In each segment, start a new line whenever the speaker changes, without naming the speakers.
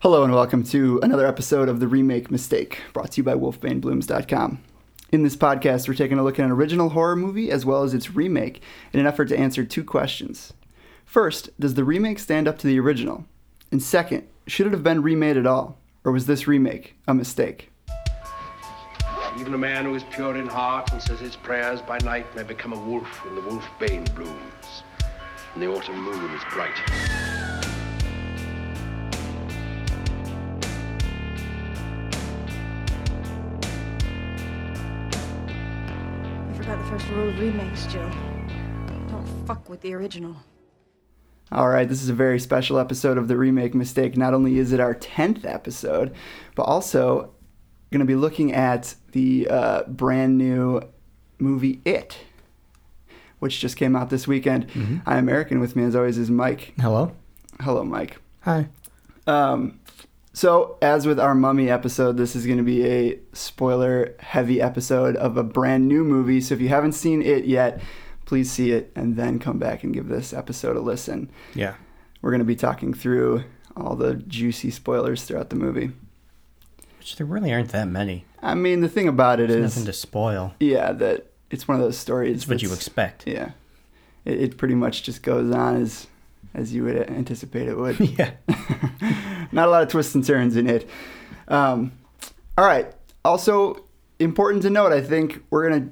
Hello and welcome to another episode of The Remake Mistake, brought to you by WolfbaneBlooms.com. In this podcast, we're taking a look at an original horror movie as well as its remake in an effort to answer two questions. First, does the remake stand up to the original? And second, should it have been remade at all? Or was this remake a mistake?
Even a man who is pure in heart and says his prayers by night may become a wolf when the wolfbane blooms and the autumn moon is bright.
I forgot the first rule of remakes, Joe. Don't fuck with the original.
All right, this is a very special episode of the Remake Mistake. Not only is it our 10th episode, but also going to be looking at the uh, brand new movie It, which just came out this weekend. I'm Eric, and with me, as always, is Mike.
Hello.
Hello, Mike.
Hi.
Um, so, as with our Mummy episode, this is going to be a spoiler heavy episode of a brand new movie. So, if you haven't seen it yet, please see it and then come back and give this episode a listen.
Yeah.
We're going to be talking through all the juicy spoilers throughout the movie.
Which there really aren't that many.
I mean, the thing about it
Nothing
is,
to spoil.
yeah, that it's one of those stories.
It's what you
that's-
expect.
Yeah, it, it pretty much just goes on as as you would anticipate it would.
Yeah.
Not a lot of twists and turns in it. Um, all right. Also important to note, I think we're gonna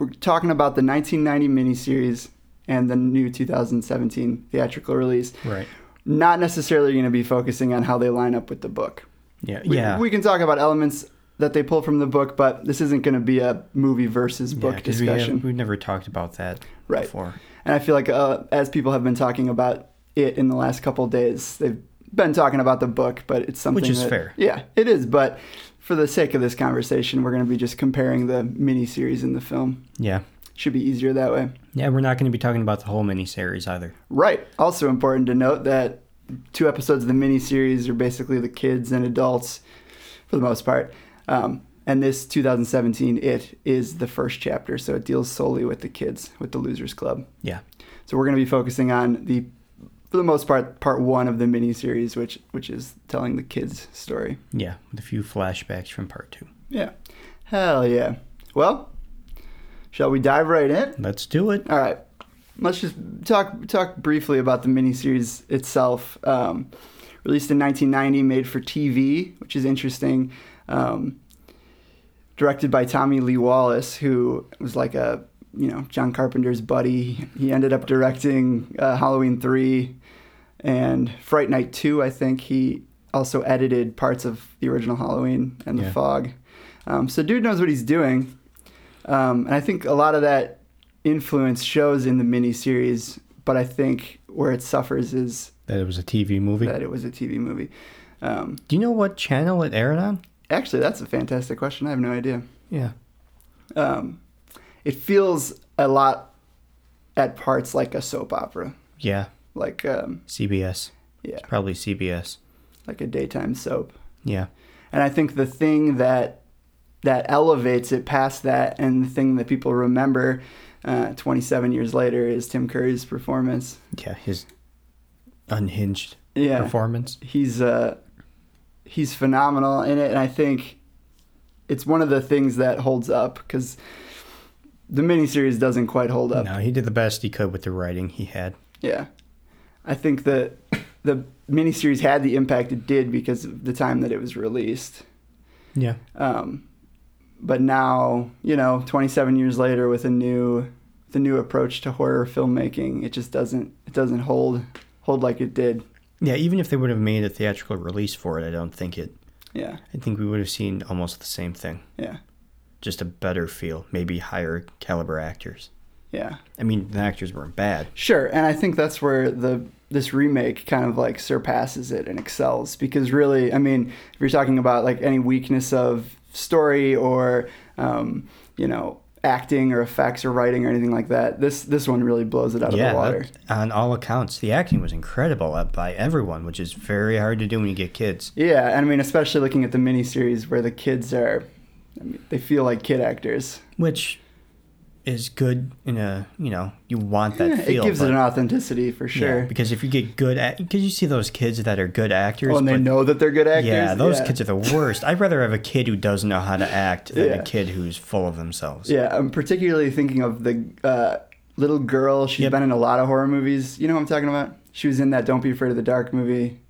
we're talking about the 1990 miniseries and the new 2017 theatrical release.
Right.
Not necessarily going to be focusing on how they line up with the book.
Yeah.
We,
yeah.
we can talk about elements that they pull from the book, but this isn't going to be a movie versus book
yeah, 'cause
discussion.
We, have never talked about that
Right.
before.
And I feel like uh, as people have been talking about it in the last couple of days, they've been talking about the book, but it's something
Which is
that-
fair.
Yeah, it is. But for the sake of this conversation, we're going to be just comparing the miniseries and the film.
Yeah.
Should be easier that way.
Yeah, we're not going to be talking about the whole miniseries either.
Right. Also important to note that two episodes of the miniseries are basically the kids and adults for the most part. Um, and this 2017 It is the first chapter, so it deals solely with the kids, with the Losers Club.
Yeah.
So we're going to be focusing on the, for the most part, part one of the miniseries, which which is telling the kids' story.
Yeah. With a few flashbacks from part two.
Yeah, hell yeah. Well, shall we dive right in?
Let's do it.
All right, let's just talk talk briefly about the miniseries itself. Um, released in 1990, made for TV, which is interesting. Um, directed by Tommy Lee Wallace, who was like a you know John Carpenter's buddy. He ended up directing uh, Halloween three and Fright Night two. I think he also edited parts of the original Halloween and The
Yeah.
Fog. Um, so dude knows what he's doing, um, and I think a lot of that influence shows in the miniseries. But I think where it suffers is
That it was a TV movie.
that it was a TV movie. Um,
do you know what channel it aired on?
actually, that's a fantastic question. I have no idea.
Yeah.
um, it feels a lot at parts like a soap opera,
Yeah.
like um,
CBS.
yeah,
It's probably CBS.
like a daytime soap.
Yeah.
And I think the thing that that elevates it past that, and the thing that people remember uh, 27 years later, is Tim Curry's performance.
Yeah. His unhinged
Yeah,
performance.
he's uh, he's phenomenal in it, and I think it's one of the things that holds up because the miniseries doesn't quite hold up.
No, he did the best he could with the writing he had.
Yeah, I think that the miniseries had the impact it did because of the time that it was released.
Yeah.
Um, but now, you know, 27 years later, with a new, the new approach to horror filmmaking, it just doesn't it doesn't hold hold like it did.
Yeah, even if they would have made a theatrical release for it, I don't think it.
Yeah,
I think we would have seen almost the same thing,
yeah,
just a better feel, maybe higher caliber actors.
yeah.
I mean, the actors weren't bad.
Sure, and I think that's where the this remake kind of like surpasses it and excels because really, I mean, if you're talking about like any weakness of story or um, you know acting or effects or writing or anything like that, this this one really blows it out of
yeah,
the water.
that- on all accounts, the acting was incredible uh, by everyone, which is very hard to do when you get kids.
Yeah, and I mean, especially looking at the miniseries where the kids are, I mean, they feel like kid actors.
Which is good in a you know you want that
Yeah,
feel.
it gives it
but-
an authenticity for
yeah,
sure.
because if you get good at because you see those kids that are good actors.
oh, and they
but-
know that they're good actors.
Yeah, those kids are the worst. I'd rather have a kid who doesn't know how to act than
Yeah.
a kid who's full of themselves.
Yeah, I'm particularly thinking of the uh, little girl. She's
Yep.
been in a lot of horror movies. You know what I'm talking about? She was in that Don't Be Afraid of the Dark movie.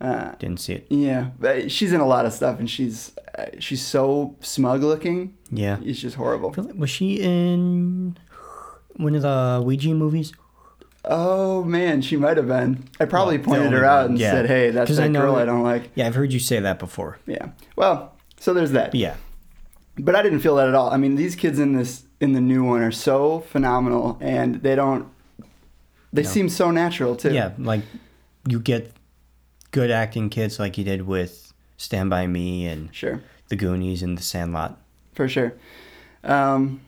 Uh,
Didn't see it.
yeah, but she's in a lot of stuff, and she's uh, she's so smug looking.
Yeah.
It's just horrible.
Really? Was she in one of the Ouija movies?
Oh man, she might have been. I probably
Well, the
pointed
only
her out
one,
and
yeah.
said, "Hey, that's
'Cause
that
I know-
girl I don't like."
Yeah, I've heard you say that before.
Yeah. Well, so there's that.
But yeah,
but I didn't feel that at all. I mean, these kids in this in the new one are so phenomenal, and they don't. They seem so natural too.
yeah, like you get good acting kids like you did with Stand By Me and
sure,
The Goonies and The Sandlot.
for sure. Um,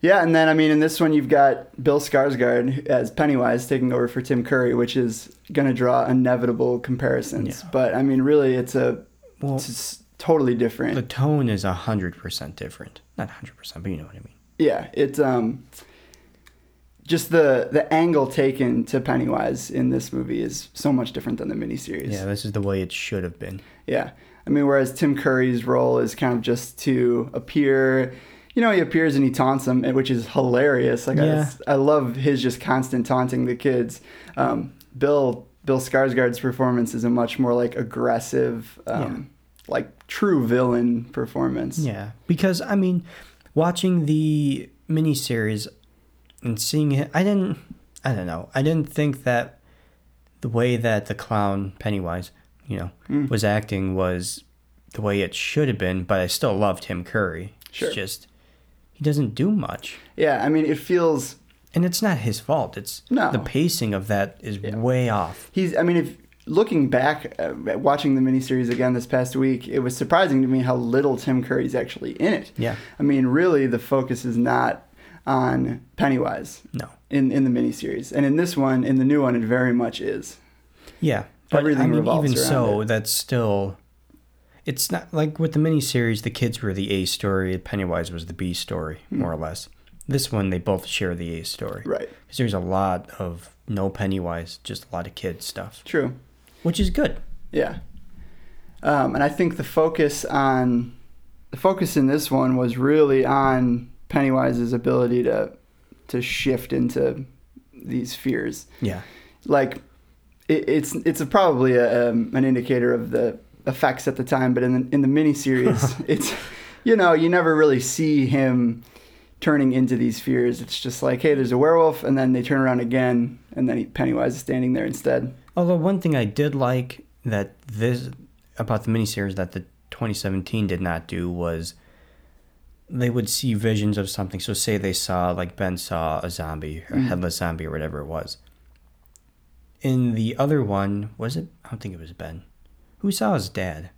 yeah, and then I mean, in this one, you've got Bill Skarsgård as Pennywise taking over for Tim Curry, which is going to draw inevitable comparisons.
Yeah.
But I mean, really, it's a
Well-
it's just totally different.
The tone is hundred percent different. Not hundred percent, but you know what I mean.
yeah, it's um just the the angle taken to Pennywise in this movie is so much different than the miniseries.
Yeah, this is the way it should have been.
Yeah. I mean, whereas Tim Curry's role is kind of just to appear, you know, he appears and he taunts them, which is hilarious. Like,
Yeah.
I, I love his just constant taunting the kids. Um, Bill Bill Skarsgård's performance is a much more like aggressive, um, like true villain performance.
Yeah, because I mean, watching the miniseries and seeing it, I didn't, I don't know, I didn't think that the way that the clown Pennywise, you know,
Hmm.
was acting was the way it should have been. But I still love Tim Curry.
Sure.
It's just he doesn't do much,
yeah. I mean, it feels
and it's not his fault. It's
No.
the pacing of that is way off.
he's i mean if looking back uh, at watching the miniseries again this past week it was surprising to me how little tim curry's actually in it
Yeah.
i mean really the focus is not on pennywise
No.
in, in the miniseries and in this one in the new one it very much is
Yeah, but
Everything
I mean,
revolves
even
around
so,
it.
that's still. It's not like with the miniseries, the kids were the A story, Pennywise was the B story, more or less. This one, they both share the A story.
Hmm. Right.
Because there's a lot of no Pennywise, just a lot of kid stuff,
true
which is good.
Yeah. Um, and I think the focus on the focus in this one was really on Pennywise's ability to to shift into these fears.
Yeah.
Like it, it's it's a, probably a, um, an indicator of the effects at the time, but in the, in the miniseries, it's you know you never really see him turning into these fears. It's just like hey, there's a werewolf, and then they turn around again, and then he, Pennywise is standing there instead.
Although one thing I did like that this about the miniseries that the 2017 did not do was they would see visions of something. So say they saw like Ben saw a zombie
Mm.
or a headless zombie or whatever it was. In the other one, was it? I don't think it was Ben. Who saw his dad?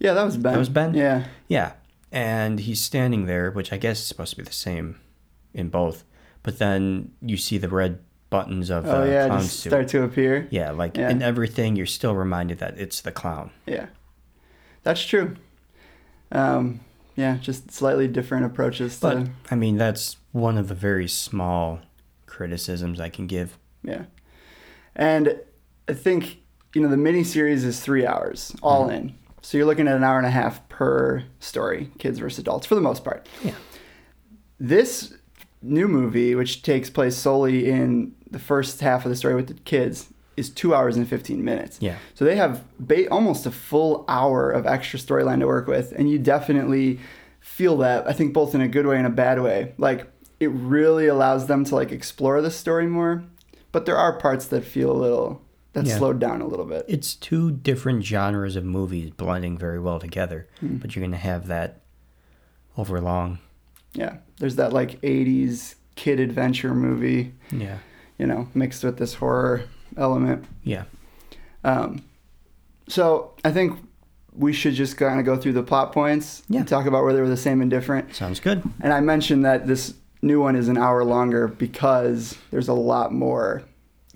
Yeah, that was Ben.
That was Ben?
Yeah.
Yeah. And he's standing there, which I guess is supposed to be the same in both. But then you see the red buttons of
Oh
the
yeah,
clown
just
suit.
start to appear.
Yeah, like
Yeah.
in everything, you're still reminded that it's the clown.
Yeah, that's true. Um, yeah, just slightly different approaches
But
to
I mean, that's one of the very small criticisms I can give.
yeah, and I think you know the miniseries is three hours all
Mm-hmm.
in, so you're looking at an hour and a half per story, kids versus adults for the most part.
Yeah.
This new movie, which takes place solely in the first half of the story with the kids, is two hours and 15 minutes.
Yeah.
So they have ba- almost a full hour of extra storyline to work with. And you definitely feel that, I think, both in a good way and a bad way. Like, it really allows them to like explore the story more, but there are parts that feel a little that
Yeah.
slowed down a little bit.
It's two different genres of movies blending very well together,
Hmm.
but you're going to have that over long.
Yeah, there's that like '80s kid adventure movie,
Yeah.
you know, mixed with this horror element.
Yeah.
Um, so I think we should just kind of go through the plot points
Yeah.
and talk about where they were the same and different.
Sounds good.
And I mentioned that this new one is an hour longer because there's a lot more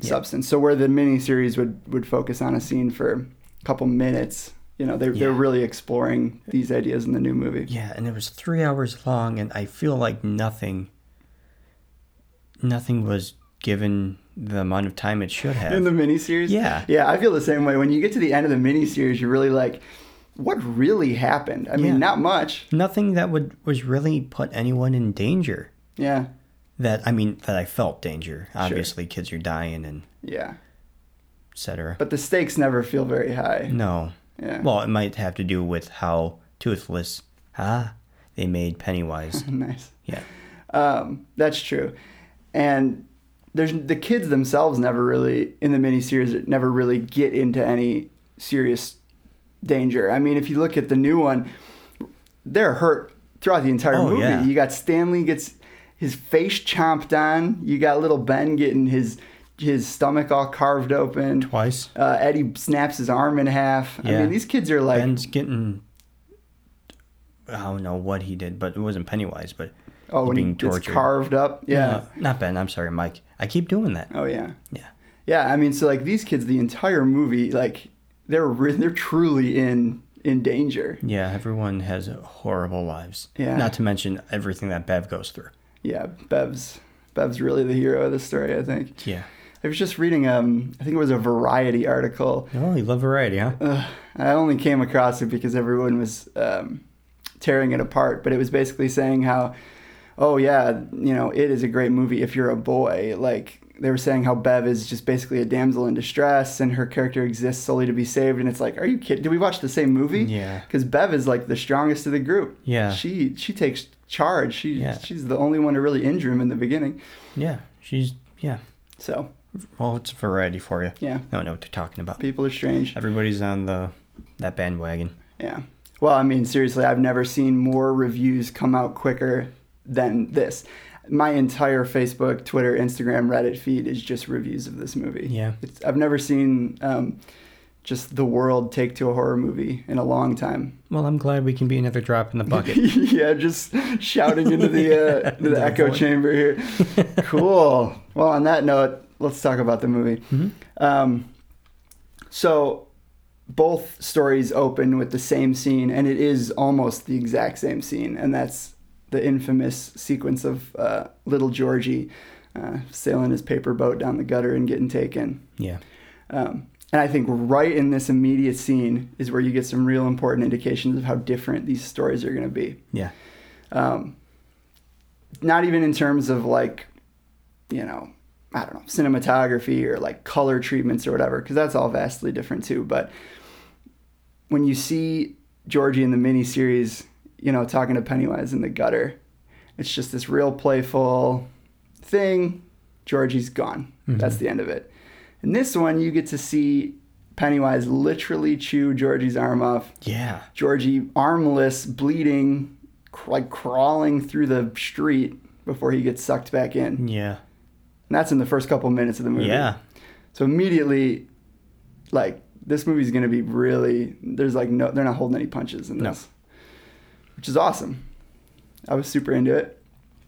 substance. So where the miniseries would would focus on a scene for a couple minutes, you know they're, they're
Yeah.
really exploring these ideas in the new movie
Yeah, and it was three hours long, and I feel like nothing, nothing was given the amount of time it should have.
in the miniseries.
Yeah.
yeah, I feel the same way. When you get to the end of the miniseries, you're really like, what really happened? I mean,
Yeah.
not much.
nothing that would was really put anyone in danger.
Yeah,
That I mean, that I felt danger. Obviously, kids are dying and
yeah,
etc.
but the stakes never feel very high.
No.
Yeah.
Well, it might have to do with how toothless ah they made Pennywise.
nice.
yeah.
Um, that's true. And there's the kids themselves never really in the miniseries never really get into any serious danger. I mean, if you look at the new one, they're hurt throughout the entire
Oh,
movie.
yeah.
You got Stanley gets his face chomped on. You got little Ben getting his his stomach all carved open.
Twice.
Uh, Eddie snaps his arm in half. I
Yeah.
mean, these kids are like,
Ben's getting. I don't know what he did, but it wasn't Pennywise, but
oh, when he
being
gets
tortured.
carved up, yeah.
No, not Ben. I'm sorry, Mike. I keep doing that.
Oh yeah.
Yeah.
Yeah, I mean, so like these kids, the entire movie, like they're re- they're truly in in danger.
Yeah, everyone has horrible lives.
Yeah.
Not to mention everything that Bev goes through.
Yeah, Bev's Bev's really the hero of the story, I think.
Yeah.
I was just reading um, I think it was a Variety article.
Oh, you love variety, huh?
Ugh, I only came across it because everyone was um, tearing it apart, but it was basically saying how, oh yeah, you know, it is a great movie if you're a boy. Like they were saying how Bev is just basically a damsel in distress, and her character exists solely to be saved. And it's like, are you kidding? Did we watch the same movie?
Yeah.
Because Bev is like the strongest of the group.
Yeah.
She she takes charge. She
Yeah.
she's the only one to really injure him in the beginning.
yeah. She's yeah.
So
Well, it's variety for you.
yeah,
I don't know what they're talking about.
people are strange.
Everybody's on the that bandwagon.
Yeah. Well, I mean, seriously, I've never seen more reviews come out quicker than this. My entire Facebook, Twitter, Instagram, Reddit feed is just reviews of this movie.
Yeah.
It's, I've never seen um, just the world take to a horror movie in a long time.
Well, I'm glad we can be another drop in the bucket.
yeah, just shouting into the, uh, into the
The
echo
void.
chamber here. cool. Well, on that note, let's talk about the movie. Um, so both stories open with the same scene, and it is almost the exact same scene, and that's the infamous sequence of uh, little Georgie uh, sailing his paper boat down the gutter and getting taken.
yeah.
Um, and I think right in this immediate scene is where you get some real important indications of how different these stories are going to be
Yeah.
um, not even in terms of like, you know, I don't know, cinematography or like color treatments or whatever, because that's all vastly different too. But when you see Georgie in the miniseries, you know, talking to Pennywise in the gutter, it's just this real playful thing. Georgie's gone. That's the end of it. In this one, you get to see Pennywise literally chew Georgie's arm off.
Yeah.
Georgie armless, bleeding, cr- like crawling through the street before he gets sucked back in. And
Yeah.
that's in the first couple minutes of the movie.
Yeah.
So immediately, like this movie's gonna be really. There's like no, they're not holding any punches in
No.
this, which is awesome. I was super into it.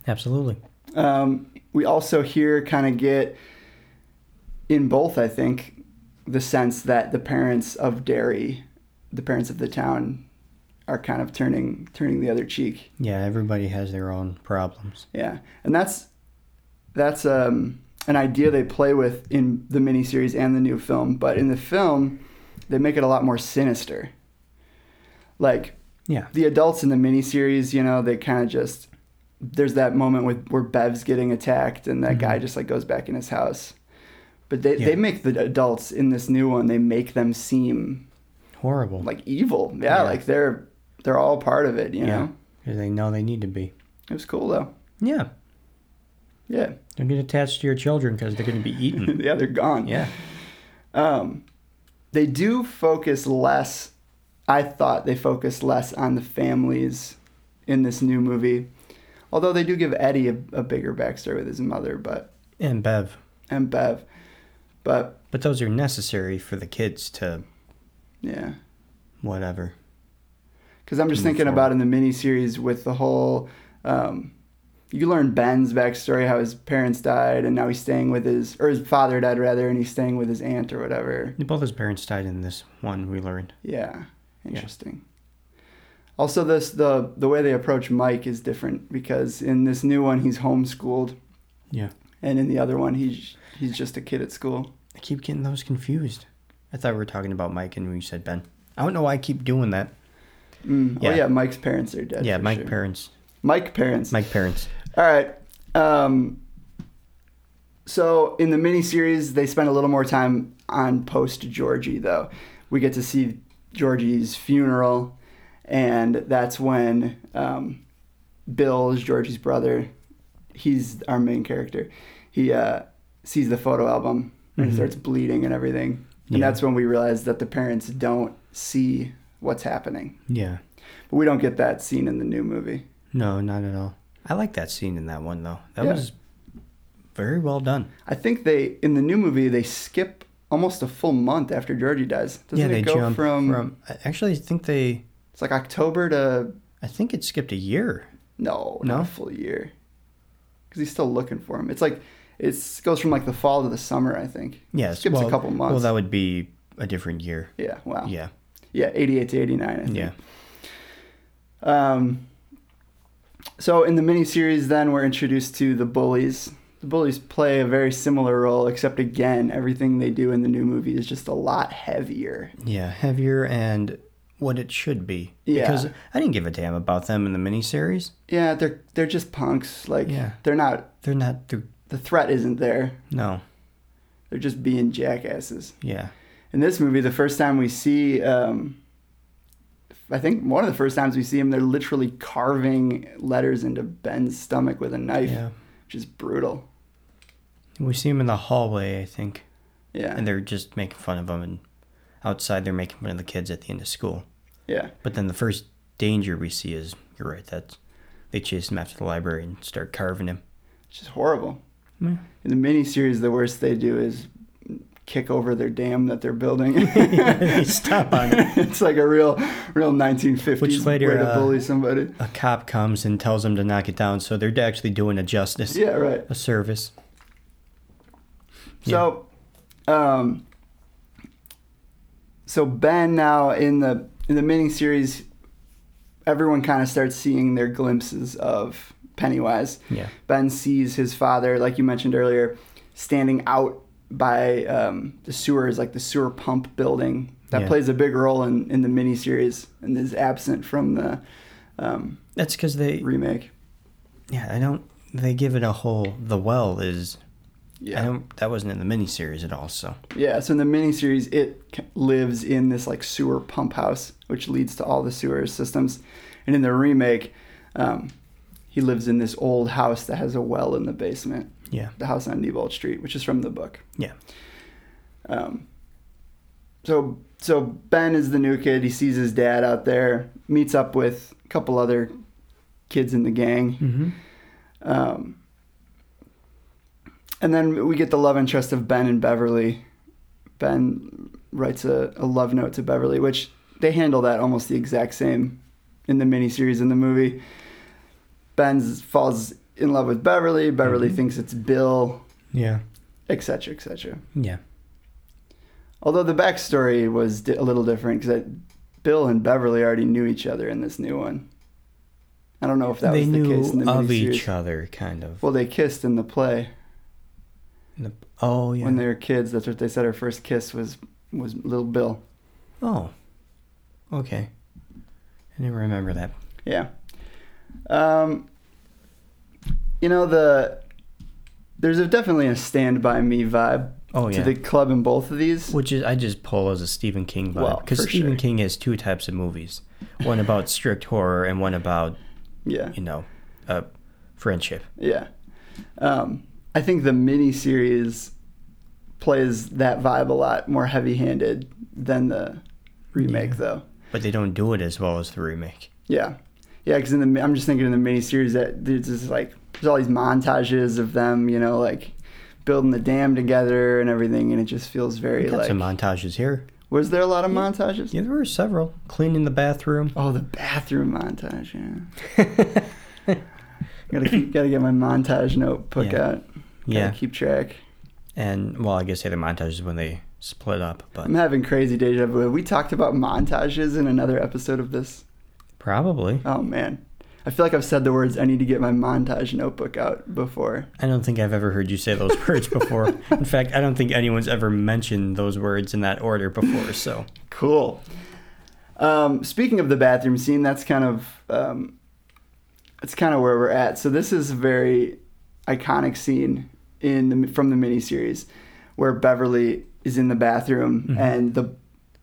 Absolutely.
Um, we also here kind of get in both, I think, the sense that the parents of Derry, the parents of the town, are kind of turning turning the other cheek.
Yeah, everybody has their own problems.
Yeah, and that's that's um, an idea they play with in the miniseries and the new film. But in the film, they make it a lot more sinister. Like
Yeah.
the adults in the miniseries, you know, they kind of just there's that moment with where Bev's getting attacked and that guy just like goes back in his house. But they, they
Mm-hmm. Yeah.
make the adults in this new one, they make them seem
Horrible.
like evil. Yeah,
Yeah.
like they're they're all part of it, you
yeah.
know.
Because they know they need to be.
It was cool though.
Yeah.
Yeah.
Don't get attached to your children because they're going to be eaten.
yeah, they're gone.
Hmm. yeah.
Um they do focus less I thought they focused less on the families in this new movie. Although they do give Eddie a, a bigger backstory with his mother, but
And Bev.
and Bev. But
But those are necessary for the kids to
yeah,
whatever.
because I'm just
Move
thinking
forward.
about in the miniseries with the whole, um, you learn Ben's backstory, how his parents died, and now he's staying with his or his father died rather, and he's staying with his aunt or whatever.
Both his parents died in this one, we learned.
Yeah, Interesting. Also, this the the way they approach Mike is different because in this new one he's homeschooled,
Yeah.
and in the other one he's he's just a kid at school.
I keep getting those confused. I thought we were talking about Mike and we said Ben. I don't know why I keep doing that.
Mm. Oh
Yeah.
yeah, Mike's parents are dead.
yeah,
for
Mike
sure.
parents.
Mike parents.
Mike parents.
All right. Um, so in the miniseries, they spend a little more time on post Georgie, though. We get to see Georgie's funeral, and that's when um, Bill is Georgie's brother. He's our main character. He uh, sees the photo album and he starts bleeding and everything. And
Yeah.
that's when we realize that the parents don't see what's happening.
Yeah.
But we don't get that scene in the new movie.
No, not at all. I like that scene in that one though. That
Yeah.
was very well done.
I think they in the new movie they skip almost a full month after Georgie dies. Doesn't
yeah, they
it go
jump
from,
I actually think they
it's like October to
I think it skipped a year.
no,
No?
not a full year because he's still looking for him. It's like it goes from like the fall to the summer. I think.
Yes.
skips
well-
a couple months.
Well, that would be a different year.
yeah. Wow.
Yeah.
Yeah. Eighty-eight to eighty-nine. I think.
Yeah.
Um, so in the miniseries, then we're introduced to the bullies. The bullies play a very similar role, except again, everything they do in the new movie is just a lot heavier.
Yeah, heavier and what it should be.
Yeah.
Because I didn't give a damn about them in the miniseries.
Yeah, they're they're just punks. Like
Yeah.
they're not
They're not the
the threat isn't there.
no.
They're just being jackasses.
Yeah.
In this movie, the first time we see, um, I think one of the first times we see him, they're literally carving letters into Ben's stomach with a knife,
Yeah.
which is brutal.
We see them in the hallway, I think.
Yeah,
And they're just making fun of them and outside they're making fun of the kids at the end of school.
yeah,
But then the first danger we see is you're right, that's they chase him after the library and start carving him.
it's just horrible.
Yeah.
In the miniseries, the worst they do is kick over their dam that they're building.
They stop on it.
it's like a real, real 1950s
Which later,
way to
uh,
bully somebody.
A cop comes and tells them to knock it down, so they're actually doing a justice.
Yeah, right.
A service.
So, um, so Ben now in the in the mini series, everyone kind of starts seeing their glimpses of Pennywise.
Yeah.
Ben sees his father, like you mentioned earlier, standing out by um, the sewers, like the sewer pump building that
Yeah.
plays a big role in in the mini series and is absent from the um,
That's because they
remake.
Yeah, I don't. They give it a whole. The well is. I don't. That wasn't in the miniseries at all. So
Yeah, so in the miniseries, it c- lives in this like sewer pump house, which leads to all the sewer systems. And in the remake, um, he lives in this old house that has a well in the basement,
yeah,
the house on Newbold Street, which is from the book.
yeah,
Um, so so Ben is the new kid. He sees his dad out there, meets up with a couple other kids in the gang. Um, and then we get the love interest of Ben and Beverly. Ben writes a, a love note to Beverly, which they handle that almost the exact same in the miniseries in the movie. Ben falls in love with Beverly. Beverly thinks it's Bill,
yeah,
etc., etc.
yeah.
Although the backstory was di- a little different because Bill and Beverly already knew each other in this new one. I don't know if that
they
was the
knew
case in the
of
miniseries.
each other, kind of.
Well, they kissed in the play
In the- oh yeah.
when they were kids. That's what they said. Her first kiss was was little Bill.
oh, okay. I didn't remember that.
Yeah. Um, you know the there's a, definitely a Stand By Me vibe
Oh,
to
yeah.
the club in both of these.
Which is I just pull as a Stephen King
Well,
vibe because
for
Stephen
sure.
King has two types of movies, one about strict horror and one about
Yeah.
you know, uh, friendship.
Yeah. Um, I think the mini series plays that vibe a lot more heavy handed than the remake,
Yeah.
though.
But they don't do it as well as the remake.
Yeah. Yeah, because in the I'm just thinking in the mini series that there's just like there's all these montages of them, you know, like building the dam together and everything, and it just feels very
We got
like.
some montages here.
was there a lot of montages?
Yeah, there were several. Cleaning the bathroom.
Oh, the bathroom montage. Yeah. gotta keep, gotta get my montage notebook
Yeah.
out. Gotta
Yeah.
Keep track.
And well, I guess the other montage is when they split up, but
I'm having crazy deja vu. Have We talked about montages in another episode of this.
probably.
Oh man, I feel like I've said the words "I need to get my montage notebook out" before.
I don't think I've ever heard you say those words before. In fact, I don't think anyone's ever mentioned those words in that order before. So
Cool. Um, speaking of the bathroom scene, that's kind of um, that's kind of where we're at. So this is a very iconic scene in the, from the miniseries where Beverly is in the bathroom and the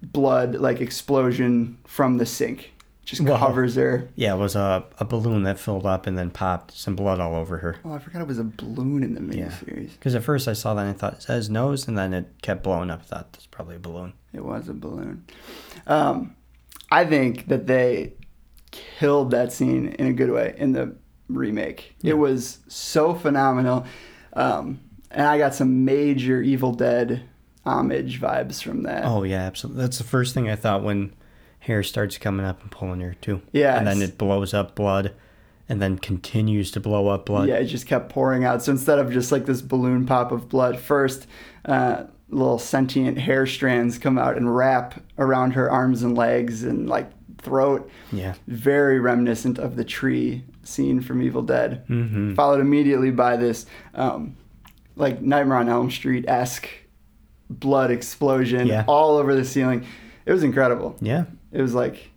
blood like explosion from the sink just
Wow.
covers her.
yeah, it was a, a balloon that filled up and then popped some blood all over her.
Oh, I forgot it was a balloon in the
Yeah.
miniseries.
Because at first I saw that and I thought it says nose, and then it kept blowing up. I thought that's probably a balloon.
It was a balloon. Um, I think that they killed that scene in a good way in the remake. It was so phenomenal. Um, and I got some major Evil Dead homage vibes from that.
Oh yeah, absolutely. That's the first thing I thought when hair starts coming up and pulling her too.
Yes.
and then it blows up blood, and then continues to blow up blood.
yeah, it just kept pouring out. So instead of just like this balloon pop of blood, first uh, little sentient hair strands come out and wrap around her arms and legs and like throat.
Yeah.
Very reminiscent of the tree scene from Evil Dead.
Hmm.
Mm-hmm. Followed immediately by this um, like Nightmare on Elm Street esque blood explosion
Yeah.
all over the ceiling. It was incredible
Yeah.
it was like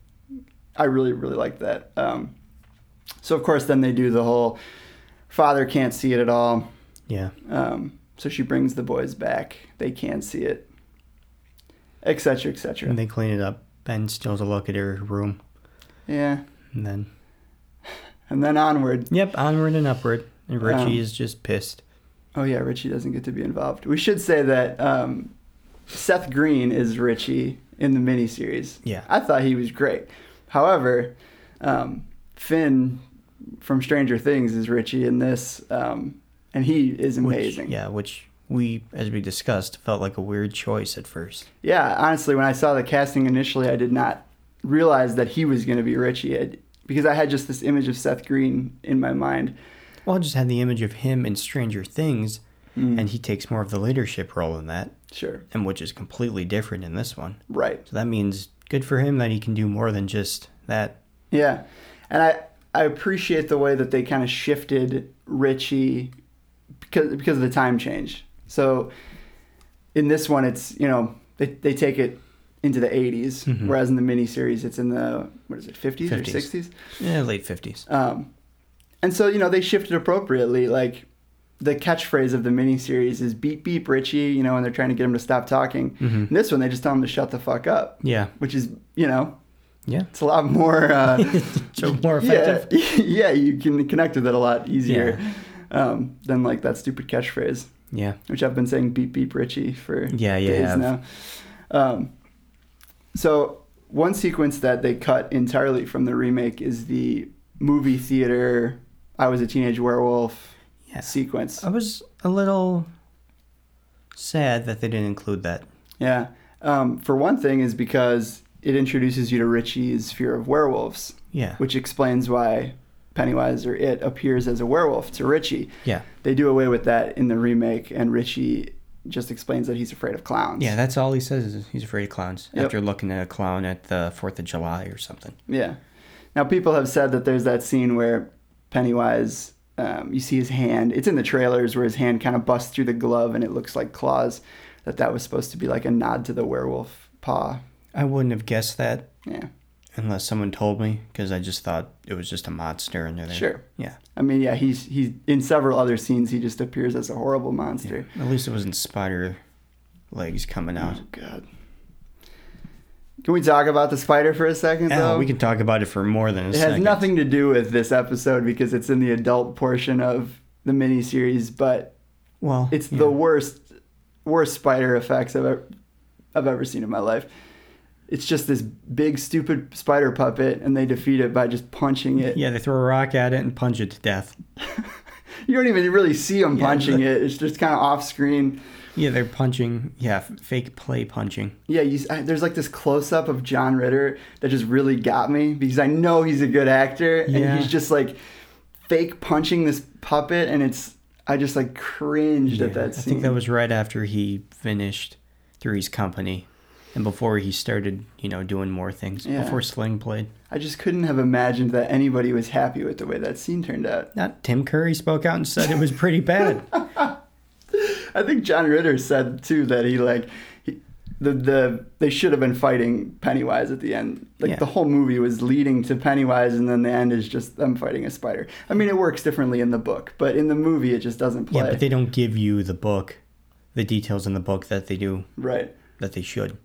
I really really liked that. Um, so of course then they do the whole father can't see it at all.
Yeah.
Um, so she brings the boys back. They can see it, etc.
And
etc.
they clean it up. Ben steals a look at her room,
Yeah,
and then
and then onward.
yep, onward and upward. And Richie
Um,
is just pissed.
Oh yeah, Richie doesn't get to be involved. We should say that um, Seth Green is Richie in the miniseries.
Yeah.
I thought he was great. However, um, Finn from Stranger Things is Richie in this, um, and he is
Which,
amazing.
Yeah, which we, as we discussed, felt like a weird choice at first.
Yeah, honestly, when I saw the casting initially, I did not realize that he was going to be Richie I, because I had just this image of Seth Green in my mind.
Well, I just had the image of him in Stranger Things,
Mm.
and he takes more of the leadership role in that,
Sure.
and which is completely different in this one.
Right.
So that means good for him that he can do more than just that.
Yeah, and I I appreciate the way that they kind of shifted Richie because because of the time change. So in this one, it's you know they they take it into the 80s, whereas in the miniseries, it's in the what is it 50s, or
50s.
60s.
Yeah, eh, late fifties.
Um, and so you know they shifted appropriately. Like the catchphrase of the miniseries is "beep beep Richie," you know, and they're trying to get him to stop talking. In this one, they just tell him to shut the fuck up,
Yeah,
which is you know
yeah.
it's a lot more. Uh,
So more effective.
yeah, yeah, you can connect with it a lot easier
Yeah.
um, than like that stupid catchphrase,
Yeah,
which I've been saying "beep beep Richie" for
Yeah, you
days
have.
now. Um, so one sequence that they cut entirely from the remake is the movie theater "I Was a Teenage Werewolf"
yeah. Oh.
sequence.
I was a little sad that they didn't include that.
Yeah, um, for one thing, is because it introduces you to Richie's fear of werewolves,
Yeah,
which explains why Pennywise or it appears as a werewolf to Richie.
yeah,
they do away with that in the remake, and Richie just explains that he's afraid of clowns.
yeah. That's all he says is he's afraid of clowns.
Yep.
After looking at a clown at the Fourth of July or something.
yeah. Now people have said that there's that scene where Pennywise, um, you see his hand. It's in the trailers where his hand kind of busts through the glove, and it looks like claws. That that was supposed to be like a nod to the werewolf paw.
I wouldn't have guessed that
Yeah.
unless someone told me because I just thought it was just a monster and they're
Sure.
Yeah,
I mean, yeah, he's he's in several other scenes. He just appears as a horrible monster.
at least it wasn't spider legs coming out.
Oh God. Can we talk about the spider for a second?
Yeah,
though?
we can talk about it for more than a
It has
second.
nothing to do with this episode because it's in the adult portion of the miniseries, but
Well,
it's
yeah.
the worst, worst spider effects I've ever, I've ever seen in my life. It's just this big stupid spider puppet, and they defeat it by just punching it.
Yeah, they throw a rock at it and punch it to death.
You don't even really see them
Yeah,
punching
the-
it. It's just kind of off screen.
Yeah, they're punching. Yeah, f- fake play punching.
Yeah, you, I, there's like this close up of John Ritter that just really got me because I know he's a good actor
Yeah.
and he's just like fake punching this puppet and it's I just like cringed at
Yeah,
that
I
scene.
think that was right after he finished Three's Company, and before he started, you know, doing more things.
Yeah.
Before Sling played,
I just couldn't have imagined that anybody was happy with the way that scene turned out.
not Tim Curry spoke out and said it was pretty bad.
I think John Ritter said too that he like he, the the they should have been fighting Pennywise at the end. Like
Yeah.
the whole movie was leading to Pennywise, and then the end is just them fighting a spider. I mean, it works differently in the book, but in the movie, it just doesn't play.
yeah, but they don't give you the book, the details in the book that they do
right.
that they should.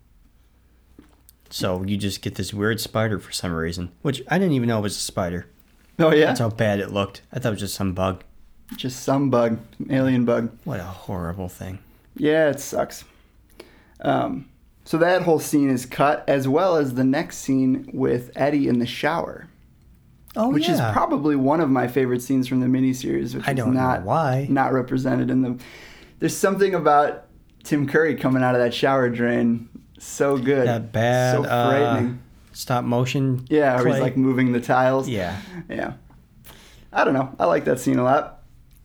So you just get this weird spider for some reason, which I didn't even know was a spider.
Oh yeah,
That's how bad it looked. I thought it was just some bug.
just some bug, some alien bug.
What a horrible thing.
Yeah, it sucks. Um, so that whole scene is cut, as well as the next scene with Eddie in the shower,
Oh,
which is probably one of my favorite scenes from the miniseries, which
I
is
don't know
not
why.
not represented in the. There's something about Tim Curry coming out of that shower drain so good,
that bad.
so
uh,
frightening.
stop motion.
yeah, or he's
play.
like moving the tiles.
yeah.
Yeah. I don't know. I like that scene a lot.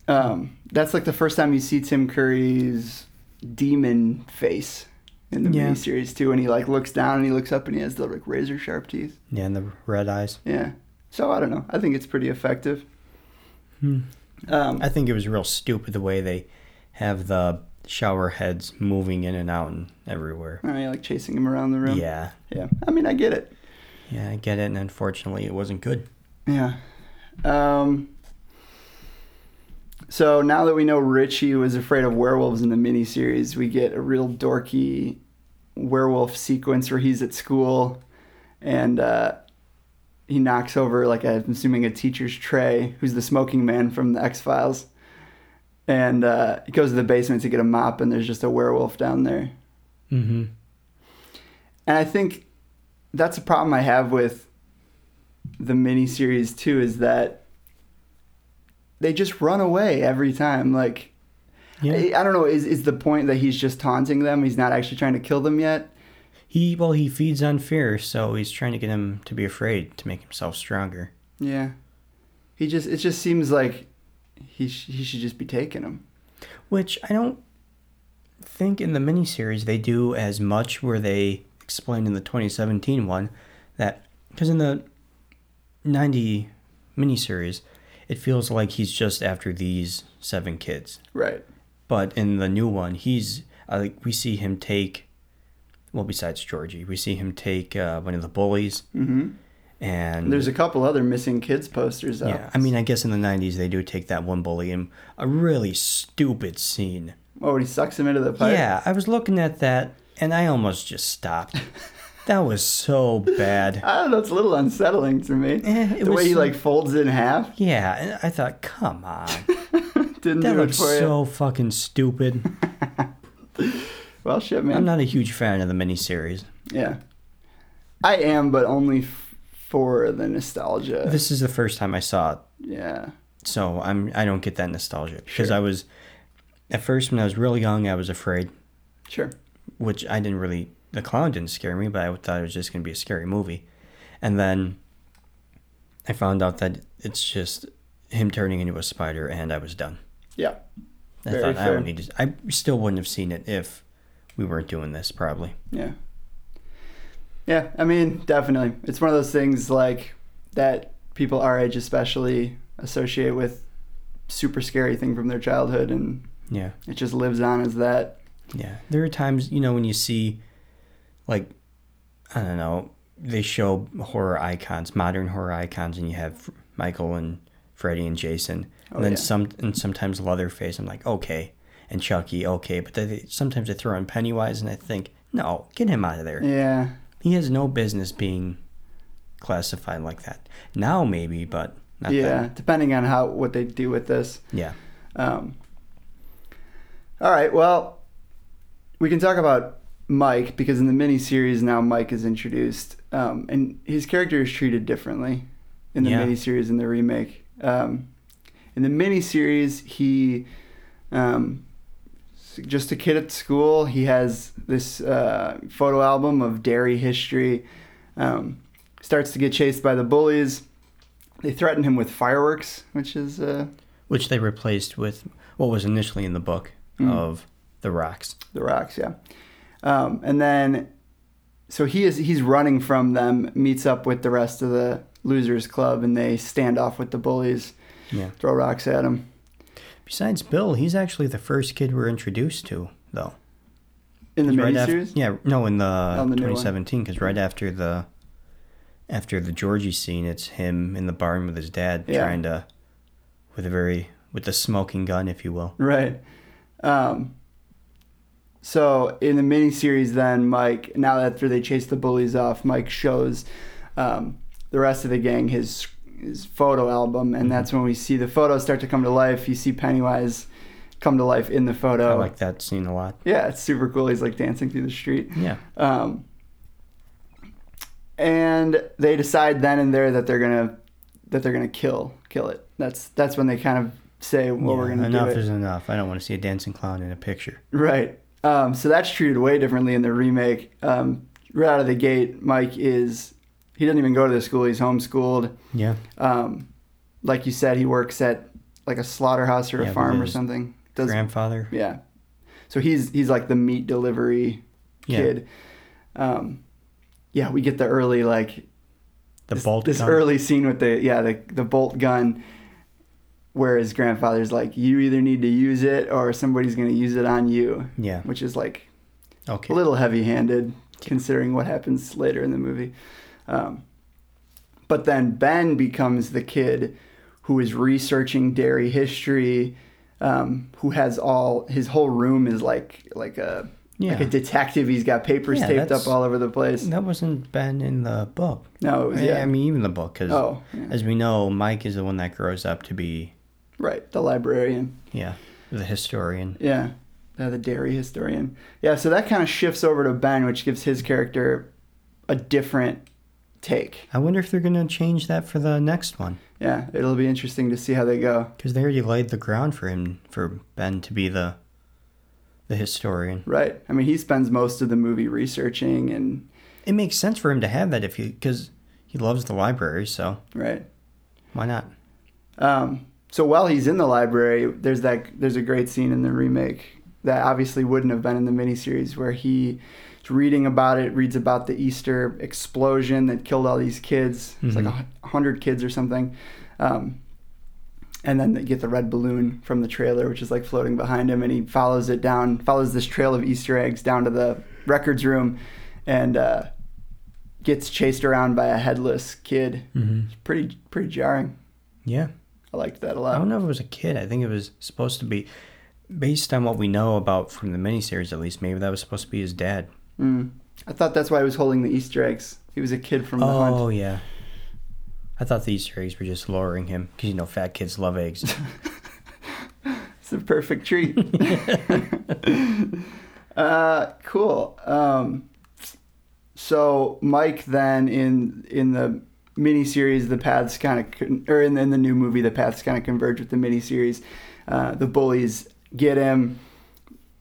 Um, that's like the first time you see Tim Curry's demon face in the
Yeah.
miniseries too, and he like looks down and he looks up and he has the like razor sharp teeth.
Yeah, and the red eyes.
Yeah. So I don't know. I think it's pretty effective.
Hmm.
Um,
I think it was real stupid the way they have the shower heads moving in and out and everywhere.
I mean, like chasing him around the room.
Yeah.
Yeah. I mean, I get it.
Yeah, I get it. And unfortunately, it wasn't good.
Yeah. Um, so now that we know Richie was afraid of werewolves in the miniseries, we get a real dorky werewolf sequence where he's at school and uh, he knocks over, like I'm assuming, a teacher's tray, who's the smoking man from the X Files. And uh, he goes to the basement to get a mop, and there's just a werewolf down there.
Mm-hmm.
And I think that's a problem I have with the miniseries too is that they just run away every time. Like
Yeah.
I, I don't know, is is the point that he's just taunting them? He's not actually trying to kill them yet.
He well, he feeds on fear, so he's trying to get him to be afraid to make himself stronger.
Yeah, he just it just seems like he sh- he should just be taking them.
Which I don't think in the miniseries they do as much where they explained in the 2017 one that because in the 90 miniseries it feels like he's just after these seven kids,
Right.
but in the new one he's uh, like we see him take well besides Georgie we see him take uh, one of the bullies
Mm-hmm.
and
There's a couple other missing kids posters. Up.
Yeah, I mean, I guess in the '90s they do take that one bully in a really stupid scene.
oh, and he sucks him into the pipe.
yeah, I was looking at that and I almost just stopped. that was so bad.
I don't know. It's a little unsettling to me.
Eh, it
the
was
way he
some-
like folds it in half
Yeah, and I thought, come on,
didn't
that
do it
looks
for you.
so fucking stupid.
Well, shit, man.
I'm not a huge fan of the miniseries.
Yeah. I am, but only f- for the nostalgia.
This is the first time I saw it,
yeah.
so I'm I don't get that nostalgia because I was at first when I was really young I was afraid,
Sure.
which I didn't really. The clown didn't scare me, but I thought it was just going to be a scary movie. And then I found out that it's just him turning into a spider, and I was done.
Yeah.
I
Very
thought I
fair.
would need to. I still wouldn't have seen it if we weren't doing this, probably.
Yeah. Yeah, I mean, definitely. It's one of those things like that people our age especially associate with super scary thing from their childhood and
Yeah,
it just lives on as that.
yeah. There are times, you know, when you see, like, I don't know, they show horror icons, modern horror icons, and you have Michael and Freddy and Jason,
Oh,
and then
yeah.
some, and sometimes Leatherface. I'm like, okay, and Chucky, okay, but they- they, sometimes they throw in Pennywise, and I think, no, get him out of there.
Yeah.
He has no business being classified like that. Now maybe, but not
yeah,
then.
depending on how what they do with this.
yeah.
Um, all right. Well, we can talk about Mike because in the miniseries now Mike is introduced, um, and his character is treated differently in the
Yeah.
miniseries and the remake. Um, in the miniseries, he um, s- just a kid at school. He has this uh, photo album of dairy history. Um, starts to get chased by the bullies. They threaten him with fireworks, which is uh,
which they
Mm.
replaced with what was initially in the book of the rocks.
The Rocks, yeah. Um, and then, so he is he's running from them, meets up with the rest of the losers club, and they stand off with the bullies,
Yeah.
throw rocks at him.
Besides Bill, he's actually the first kid we're introduced to, though.
In the
Right after,
miniseries, Oh,
yeah, no, in the,
the new one.
2017, because right after the after the Georgie scene, it's him in the barn with his dad
Yeah.
trying to with a very with the smoking gun, if you will.
Right. Um, so in the miniseries, then Mike, now after they chase the bullies off, Mike shows um, the rest of the gang his his photo album,
Mm-hmm.
and that's when we see the photos start to come to life. You see Pennywise come to life in the photo.
I like that scene a lot.
yeah, it's super cool. He's like dancing through the street.
Yeah,
Um, and they decide then and there that they're gonna that they're gonna kill kill it. That's that's when they kind of say, "Well, we're
Yeah,
gonna
enough
do it."
is enough. I don't want to see a dancing clown in a picture.
Right. Um, so that's treated way differently in the remake. Um, right out of the gate, Mike is he doesn't even go to the school. He's homeschooled.
Yeah,
Um, like you said, he works at like a slaughterhouse or a
Yeah,
farm or
his
something. Does
grandfather.
yeah. So he's he's like the meat delivery
Yeah.
kid. Um, yeah, we get the early like
The
this,
bolt
this
gun.
early scene with the yeah the the bolt gun where his grandfather's like you either need to use it or somebody's going to use it on you
Yeah.
which is like
Okay.
a little heavy-handed considering what happens later in the movie. Um, but then Ben becomes the kid who is researching dairy history, um, who has all his whole room is like like a like
Yeah.
a detective. He's got papers
Yeah,
taped up
that's-
all over the place.
That wasn't Ben in the book.
No, it was-
I-
Oh, yeah.
I mean, even the book, because
Oh, yeah.
as we know, Mike is the one that grows up to be,
Right, the librarian.
yeah, the historian.
Yeah. Uh, the dairy historian. Yeah, so that kind of shifts over to Ben, which gives his character a different take.
I wonder if they're going to change that for the next one,
Yeah, it'll be interesting to see how they go.
because they already laid the ground for him, for Ben to be the, the historian.
Right. I mean, he spends most of the movie researching and
It makes sense for him to have that if he, because he loves the library, so
right.
why not?
Um, so while he's in the library, there's that there's a great scene in the remake that obviously wouldn't have been in the miniseries where he's reading about it, reads about the Easter explosion that killed all these kids. It's like a hun- hundred kids or something. Um, and then they get the red balloon from the trailer, which is like floating behind him, and he follows it down, follows this trail of Easter eggs down to the records room, and uh, gets chased around by a headless kid. It's pretty pretty jarring.
Yeah.
I liked that a
I
lot.
don't know if it was a kid. I think it was supposed to be, based on what we know about from the miniseries at least, maybe that was supposed to be his dad.
Mm. I thought that's why he was holding the Easter eggs. He was a kid from the
Oh
hunt.
yeah. I thought the Easter eggs were just lowering him because you know fat kids love eggs.
It's the perfect treat. uh, cool. Um, so Mike then in in the miniseries, the paths kind of con- or in, in the new movie, the paths kind of converge with the miniseries. Uh, the bullies get him.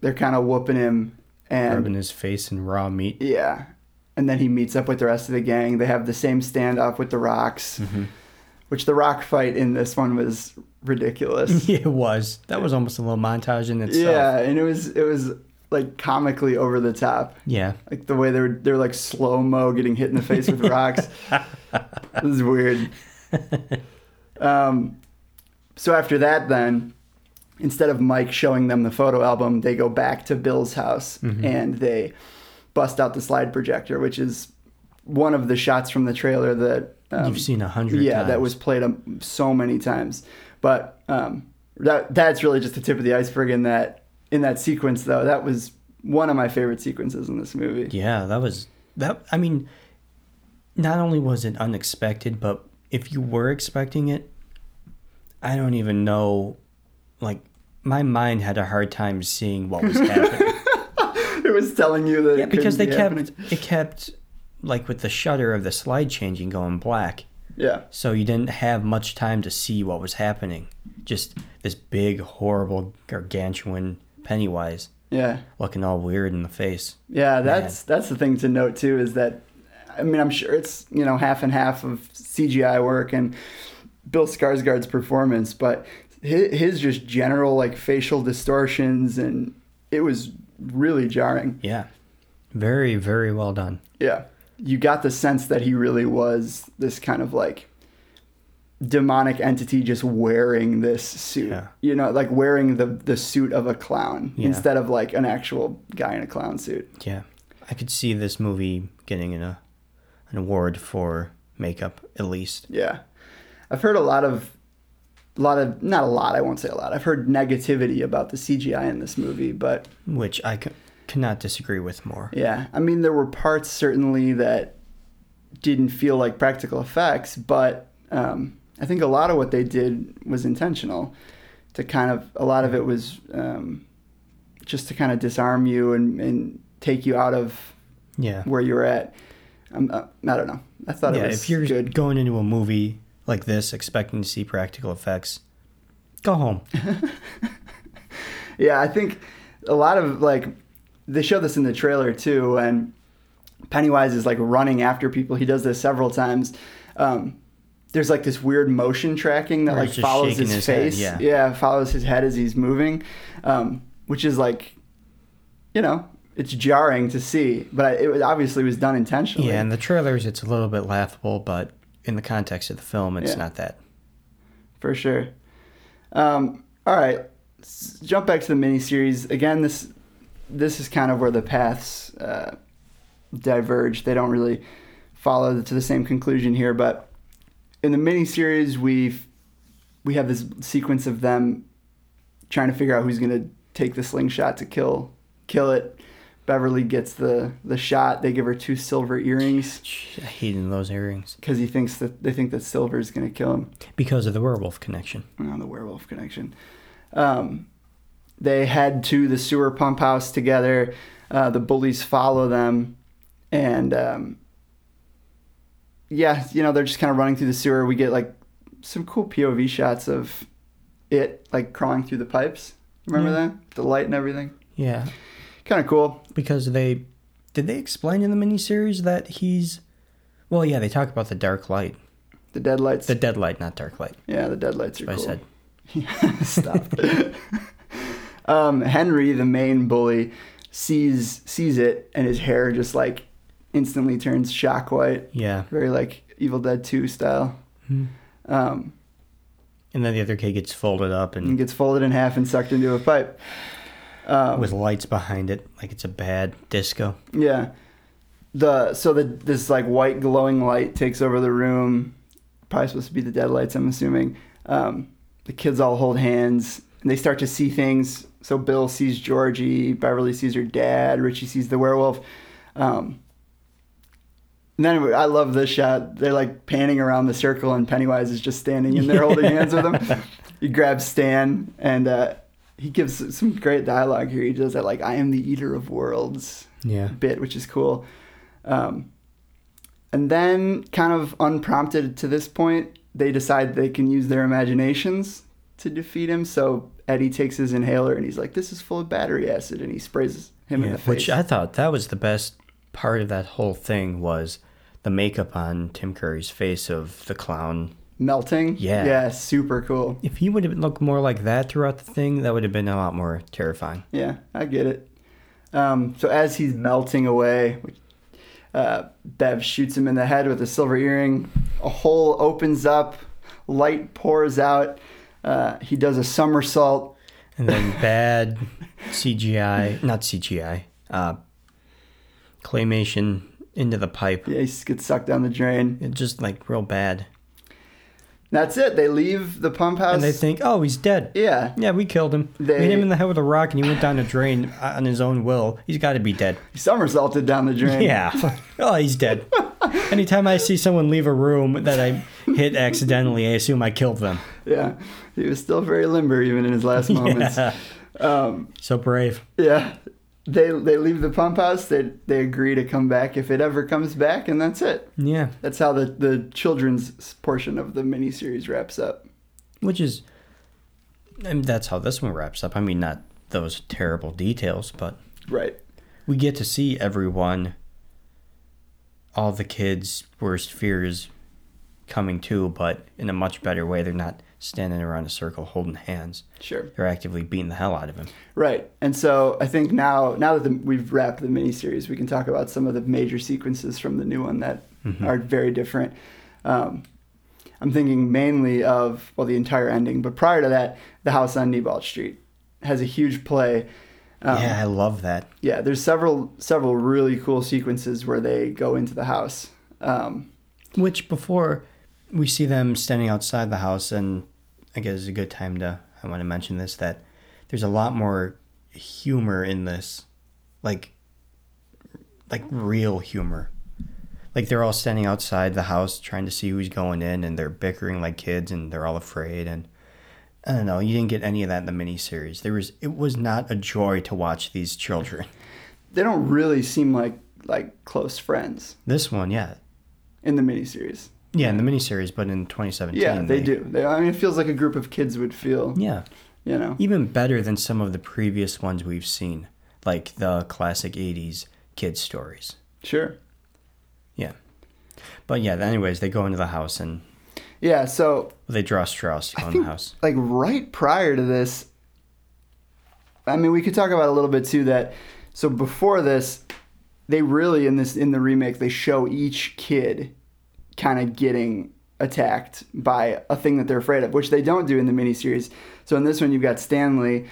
They're kind of whooping him, and
rubbing his face in raw meat.
Yeah. And then he meets up with the rest of the gang. They have the same standoff with the rocks, which the rock fight in this one was ridiculous.
Yeah, it was. That was almost a little montage in itself.
yeah, and it was it was like comically over the top.
Yeah.
Like the way they were they're like slow mo getting hit in the face with rocks. this is weird. Um, so after that, then instead of Mike showing them the photo album, they go back to Bill's house
Mm-hmm.
and they bust out the slide projector, which is one of the shots from the trailer that um,
You've seen a hundred
Yeah, that
times.
was played um, so many times, but um, that that's really just the tip of the iceberg in that in that sequence though. That was one of my favorite sequences in this movie.
Yeah, that was that I mean not only was it unexpected, but if you were expecting it, I don't even know like my mind had a hard time seeing what was happening.
It was telling you that
Yeah,
it
because they
couldn't be
kept
happening.
it kept like with the shutter of the slide changing going black.
yeah
So you didn't have much time to see what was happening. Just this big, horrible, gargantuan Pennywise
yeah
looking all weird in the face.
Yeah, that's that's the thing to note too is that I mean I'm sure it's you know half and half of CGI work and Bill Skarsgård's performance, but his, his just general like facial distortions and it was really jarring.
Yeah. Very, very well done.
Yeah. You got the sense that he really was this kind of like demonic entity just wearing this suit.
Yeah.
You know, like wearing the the suit of a clown
Yeah.
instead of like an actual guy in a clown suit.
Yeah. I could see this movie getting an, uh, an award for makeup, at least.
Yeah. I've heard a lot of a lot of not a lot, I won't say a lot. I've heard negativity about the CGI in this movie, but
which I c- cannot disagree with more.
Yeah, I mean, there were parts certainly that didn't feel like practical effects, but um, I think a lot of what they did was intentional. To kind of a lot of it was um, just to kind of disarm you and, and take you out of
Yeah.
where you're at. Um, uh, I don't know. I thought
Yeah,
it was
if you're
good.
going into a movie like this expecting to see practical effects, go home.
Yeah, I think a lot of like they show this in the trailer too, and Pennywise is like running after people. He does this several times. Um, there's like this weird motion tracking that
Where
like
he's just
follows
shaking
his,
his head,
face.
yeah.
follows his head as he's moving, um, which is like, you know, it's jarring to see, but I, it was- obviously was done intentionally.
Yeah, in the trailers it's a little bit laughable, but in the context of the film it's
Yeah.
not that.
for sure. Um, all right, S jump back to the miniseries again. This this is kind of where the paths uh, diverge. They don't really follow to the same conclusion here, but in the miniseries, we we have this sequence of them trying to figure out who's going to take the slingshot to kill kill it. Beverly gets the the shot. They give her two silver earrings
Jeez, I hated those earrings
because he thinks that they think that silver is going to kill him.
because of the werewolf connection.
on the werewolf connection. Um, they head to the sewer pump house together. Uh, the bullies follow them, and um, yeah, you know they're just kind of running through the sewer. We get like some cool POV shots of it like crawling through the pipes. Remember
Yeah.
that the light and everything,
Yeah,
kind of cool.
because they did they explain in the miniseries that he's well, yeah, they talk about the dark light,
The deadlights,
the dead light, not dark light.
yeah, the deadlights are cool.
I said
Stop. um, Henry, the main bully, sees sees it, and his hair just like instantly turns shock white,
yeah,
very like Evil Dead Two style, um,
and then the other kid gets folded up
and
and
gets folded in half and sucked into a pipe. Um,
with lights behind it, like it's a bad disco.
yeah, the so the this like white glowing light takes over the room. Probably supposed to be the deadlights, I'm assuming. Um, the kids all hold hands and they start to see things. So Bill sees Georgie, Beverly sees her dad, Richie sees the werewolf. Um, and then I love this shot. They're like panning around the circle, and Pennywise is just standing in there holding hands with him. He grabs Stan, and uh, he gives some great dialogue here. He does that like "I am the eater of worlds"
Yeah.
bit, which is cool. Um, and then, kind of unprompted to this point, they decide they can use their imaginations to defeat him. So Eddie takes his inhaler and he's like, "This is full of battery acid," and he sprays him in
Yeah,
the face.
which I thought that was the best part of that whole thing was the makeup on Tim Curry's face of the clown.
melting.
Yeah.
yeah, super cool.
If he would have looked more like that throughout the thing, that would have been a lot more terrifying.
Yeah, I get it. Um, so as he's melting away, uh, Bev shoots him in the head with a silver earring. A hole opens up, light pours out. Uh, he does a somersault.
And then bad CGI, not CGI, uh, claymation into the pipe.
Yeah, he gets sucked down the drain.
It just like real bad.
That's it. They leave the pump house.
And they think, oh, he's dead.
yeah,
Yeah, we killed him.
They-
Hit him in the head with a rock, and he went down a drain uh, on his own will. He's got to be dead.
he somersaulted down the drain.
Yeah. Oh, he's dead. Anytime I see someone leave a room that I hit accidentally, I assume I killed them.
yeah. He was still very limber even in his last moments.
Yeah.
um,
so brave.
Yeah. They they leave the pump house. They they agree to come back if it ever comes back, and that's it.
Yeah.
That's how the, the children's s- portion of the miniseries wraps up.
Which is, I mean, that's how this one wraps up. I mean, not those terrible details, but
Right.
we get to see everyone, all the kids' worst fears coming to, but in a much better way. They're not standing around a circle holding hands.
Sure.
They're actively beating the hell out of him.
Right. And so I think now now that the, we've wrapped the miniseries, we can talk about some of the major sequences from the new one that are very different. Um, I'm thinking mainly of well the entire ending, but prior to that, the house on Newbald Street has a huge play. Um,
yeah, I love that.
yeah, there's several several really cool sequences where they go into the house. Um,
Which before we see them standing outside the house, and I guess it's a good time to I want to mention this that there's a lot more humor in this, like like real humor. Like they're all standing outside the house trying to see who's going in, and they're bickering like kids, and they're all afraid. And I don't know, you didn't get any of that in the miniseries. There was it was not a joy to watch these children.
they don't really seem like like close friends
This one, yeah,
in the miniseries.
yeah, in the miniseries, but in 2017,
Yeah, they do. They, I mean, it feels like a group of kids would feel.
Yeah.
You know.
even better than some of the previous ones we've seen, like the classic 80s kids stories.
Sure.
Yeah. But yeah, anyways, they go into the house and
Yeah. So
they draw straws on the house.
like right prior to this i mean we could talk about a little bit too that so before this they really in this in the remake they show each kid kind of getting attacked by a thing that they're afraid of which they don't do in the miniseries so in this one you've got stanley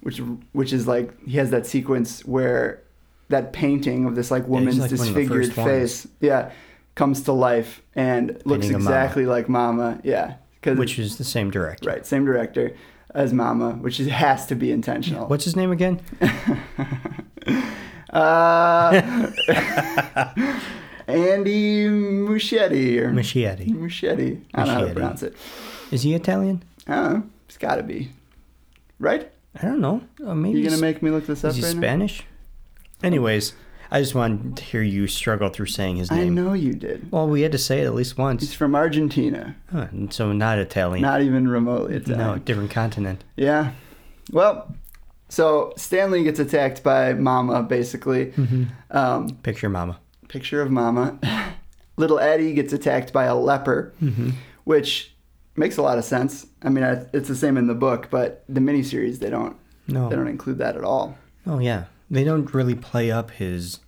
which which is like he has that sequence where that painting of this like woman's
like one of the
disfigured
first ones.
face yeah comes to life and looks
Painting of Mama.
exactly like mama yeah 'cause
Which is the same director.
Right, same director as Mama, which is, has to be intentional.
What's his name again?
Uh, Andy Muschietti or
Machete.
Muschietti. I don't know how to
Muschietti.
pronounce it.
Is he Italian?
I don't know. It's got to be, right?
I don't know. Uh, maybe
You gonna
he's-
make me look this up
is he
right now?
Spanish? Anyways, I just wanted to hear you struggle through saying his
I
name.
know you did.
Well, we had to say it at least
He's
once.
from Argentina,
Huh, and so not Italian.
not even remotely Italian.
no, different continent.
Yeah. Well, so Stanley gets attacked by Mama, basically.
Mm-hmm.
Um,
Picture mama.
picture of mama little eddie gets attacked by a leper
Mm-hmm.
which makes a lot of sense i mean I, it's the same in the book but the miniseries they don't
No.
they don't include that at all
Oh yeah, they don't really play up his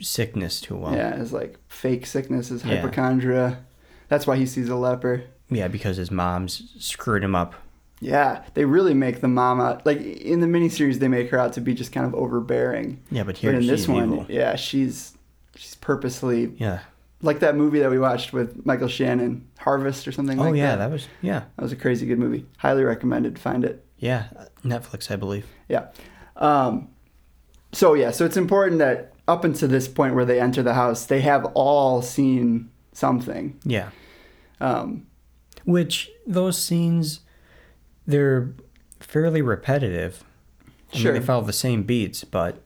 sickness too well.
yeah it's like fake sickness is
Oh. Yeah.
hypochondria that's why he sees a leper
Yeah, because his mom's screwed him up.
yeah they really make the mama like in the miniseries they make her out to be just kind of overbearing
Yeah, but here
but in
she's
this one
evil.
yeah she's she's purposely
Yeah.
like that movie that we watched with michael shannon harvest or something
oh
like
yeah,
that
that was yeah,
that was a crazy good movie highly recommended find it
yeah. Netflix, I believe.
Yeah. Um, so yeah, so it's important that up until this point where they enter the house, they have all seen something.
Yeah.
Um,
Which those scenes, they're fairly repetitive. I mean,
Sure.
they follow the same beats, but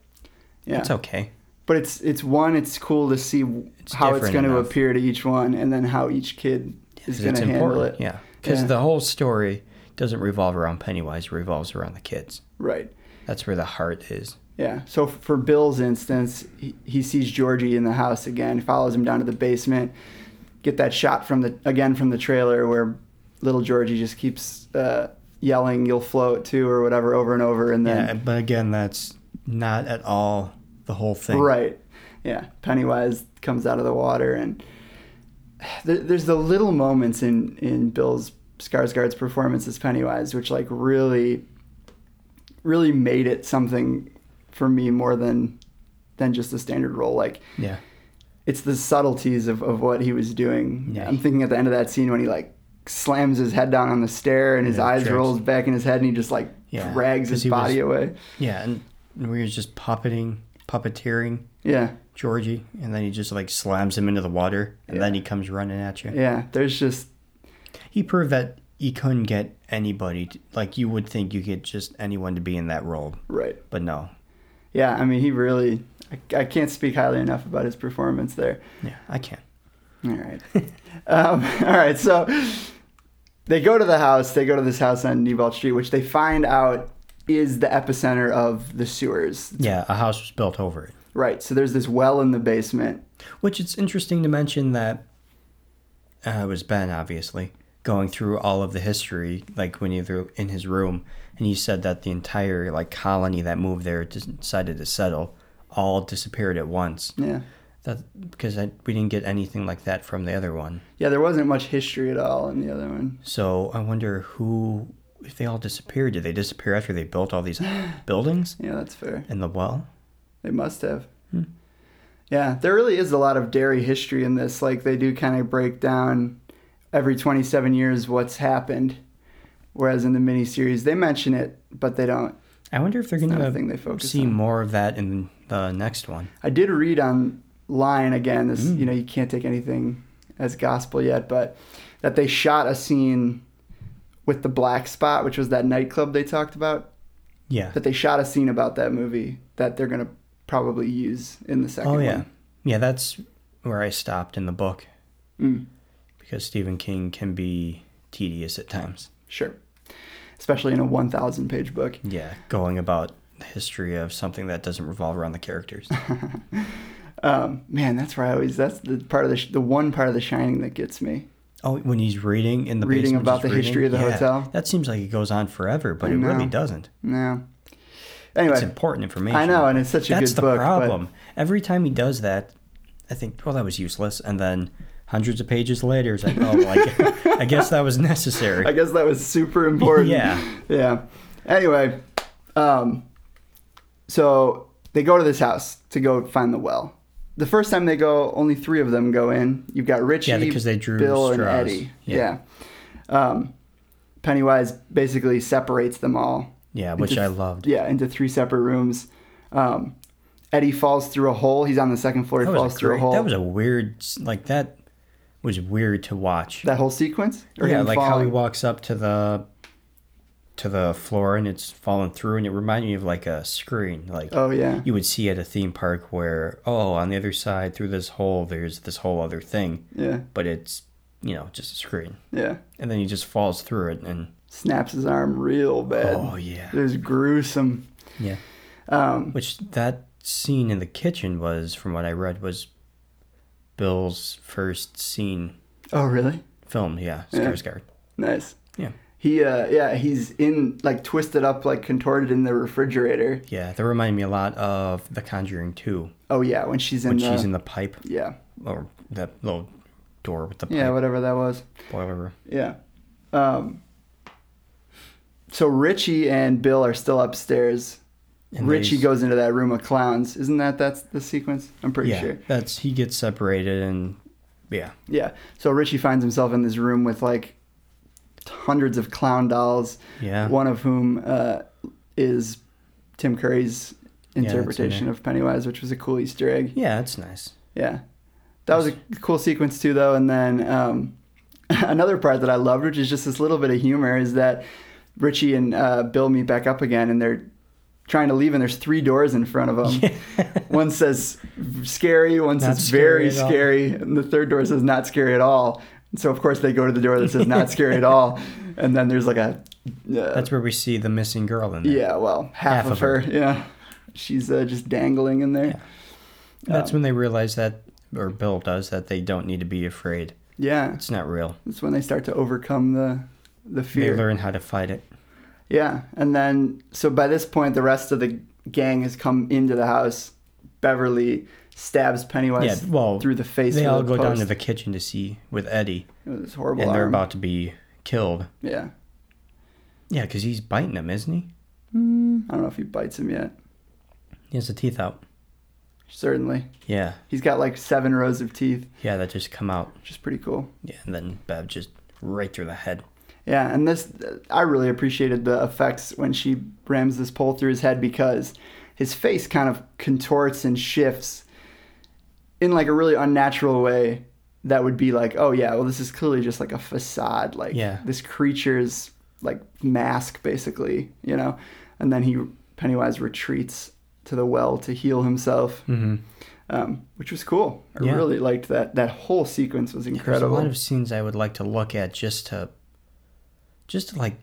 yeah.
it's okay.
But it's it's one. It's cool to see w how it's
different
going to
enough.
appear to each one, and then how each kid is
'Cause
going
it's
to handle
important.
it.
Yeah. Because
Yeah.
the whole story doesn't revolve around Pennywise; it revolves around the kids.
Right.
That's where the heart is.
Yeah. So f- for Bill's instance, he, he sees Georgie in the house again, follows him down to the basement, get that shot from the again from the trailer where little Georgie just keeps uh, yelling "You'll float too" or whatever over and over, and then
Yeah, but again, that's not at all the whole thing.
right, yeah, Pennywise comes out of the water, and there, there's the little moments in in Bill's Skarsgård's performance as Pennywise, which like really, really made it something for me more than than just the standard role, like.
Yeah.
it's the subtleties of, of what he was doing.
Yeah.
I'm thinking at the end of that scene when he like slams his head down on the stair and his
Yeah,
eyes
jerks.
rolls back in his head and he just like
Yeah,
drags
'cause
his
he was-
body away.
Yeah, and we were just puppeting, puppeteering
Yeah.
Georgie, and then he just like slams him into the water, and
Yeah.
then he comes running at you.
Yeah. There's just
He proved that he couldn't get anybody. To, like you would think you could just anyone to be in that role,
right.
but no.
Yeah, I mean he really I, I can't speak highly enough about his performance there.
Yeah, I can't.
All right. um, all right. So they go to the house. They go to this house on Newbald Street, which they find out is the epicenter of the sewers.
Yeah, a house was built over it.
Right. So there's this well in the basement.
Which it's interesting to mention that uh, it was Ben, obviously, going through all of the history, like when you're in his room, and he said that the entire like colony that moved there decided to settle all disappeared at once.
Yeah.
That because I, we didn't get anything like that from the other one.
Yeah, there wasn't much history at all in the other one.
So I wonder who, if they all disappeared, did they disappear after they built all these buildings
Yeah, that's fair.
in the well?
They must have.
Hmm.
Yeah, there really is a lot of dairy history in this. Like they do kind of break down every 27 years what's happened, whereas in the miniseries they mention it, but they don't.
I wonder if they're
not a
going
thing they
to
focus
see
on.
more of that in the next one.
I did read online again. This
Hmm.
you know you can't take anything as gospel yet, but that they shot a scene with the black spot, which was that nightclub they talked about.
Yeah.
That they shot a scene about that movie that they're gonna probably use in the second
Oh
one.
yeah, yeah. That's where I stopped in the book
Mm.
because Stephen King can be tedious at times.
Sure. Especially in a 1,000 page book.
Yeah, going about the history of something that doesn't revolve around the characters.
Um, man, that's where I always, that's the part of the, sh- the one part of The Shining that gets me.
oh, when he's reading in the
Reading
basement,
about
just
the history of the hotel?
That seems like it goes on forever, but
I
it really
know.
doesn't.
No. Anyway,
It's important information.
I know, and it's such a
That's
good
the
book, but-
problem. Every time he does that, I think, well, that was useless, and then hundreds of pages later, it's like, oh, well, I, I guess that was necessary.
I guess that was super important.
Yeah.
Yeah. Anyway, um, so they go to this house to go find the well. The first time they go, only three of them go in. You've got Richie,
Yeah, because they drew
Bill, and
straws.
Eddie.
Yeah.
Yeah. Um, Pennywise basically separates them all.
Yeah, which
into-
I loved.
Yeah, into three separate rooms. Um, Eddie falls through a hole. He's on the second floor. He
That was a
falls through a
great-
hole.
That was a weird, like that was weird to watch.
that whole sequence.
yeah,
him
like how he
falling?
walks up to the to the floor and it's falling through, and it reminded me of like a screen, like
Oh yeah.
you would see at a theme park where oh, on the other side through this hole, there's this whole other thing,
Yeah.
but it's you know just a screen,
Yeah.
and then he just falls through it, and
Snaps his arm real bad.
Oh, yeah.
It was gruesome.
yeah,
Um,
which that scene in the kitchen was, from what I read, was Bill's first scene
oh really?
filmed. Yeah,
Yeah.
Skarsgård.
Nice.
Yeah.
He uh yeah, he's in like twisted up like contorted in the refrigerator.
Yeah, that reminded me a lot of The Conjuring 2
Oh yeah, when she's in
when
the
she's in the pipe
Yeah.
or that little door with the pipe
Yeah, whatever that was.
boiler room.
Yeah. Um so Richie and Bill are still upstairs.
And
Richie
they-
goes into that room of clowns. Isn't that that's the sequence? I'm pretty
Yeah,
sure.
that's he gets separated and yeah,
Yeah. So Richie finds himself in this room with like hundreds of clown dolls.
Yeah.
One of whom uh, is Tim Curry's
that's in there.
interpretation of Pennywise, which was a cool Easter egg.
yeah, it's nice.
Yeah. That was a cool sequence too, though. And then um, another part that I loved, which is just this little bit of humor, is that Richie and uh, Bill meet back up again, and they're trying to leave, and there's three doors in front of them. one says scary, one
Not
says
scary
very
at all.
scary, and the third door says not scary at all. And so of course they go to the door that says not scary at all, and then there's like a uh,
That's where we see the missing girl in there.
yeah, well half, of, her. yeah, she's uh, just dangling in there. um,
that's when they realize that, or Bill does that they don't need to be afraid.
yeah.
It's not real.
That's when they start to overcome the the
They
fear.
learn how to fight it.
Yeah, and then so by this point, the rest of the gang has come into the house. Beverly stabs
Yeah,
Pennywise
well,
through the face.
They
with
all
a
go down
post.
to the kitchen to see with Eddie,
It was horrible.
and they're
arm.
about to be killed.
Yeah,
Yeah, because he's biting them, isn't he?
I don't know if he bites him yet.
He has the teeth out.
Certainly,
Yeah,
he's got like seven rows of teeth,
yeah, that just come out.
which is pretty cool.
Yeah, and then Bev just right through the head.
Yeah, and this I really appreciated the effects when she rams this pole through his head because his face kind of contorts and shifts in like a really unnatural way that would be like, oh yeah, well this is clearly just like a facade, like
Yeah.
this creature's like mask basically, you know. And then he Pennywise retreats to the well to heal himself, um, which was cool. I
Mm-hmm. Yeah.
really liked that. That whole sequence was
There's a
incredible.
lot of scenes I would like to look at just to, just to like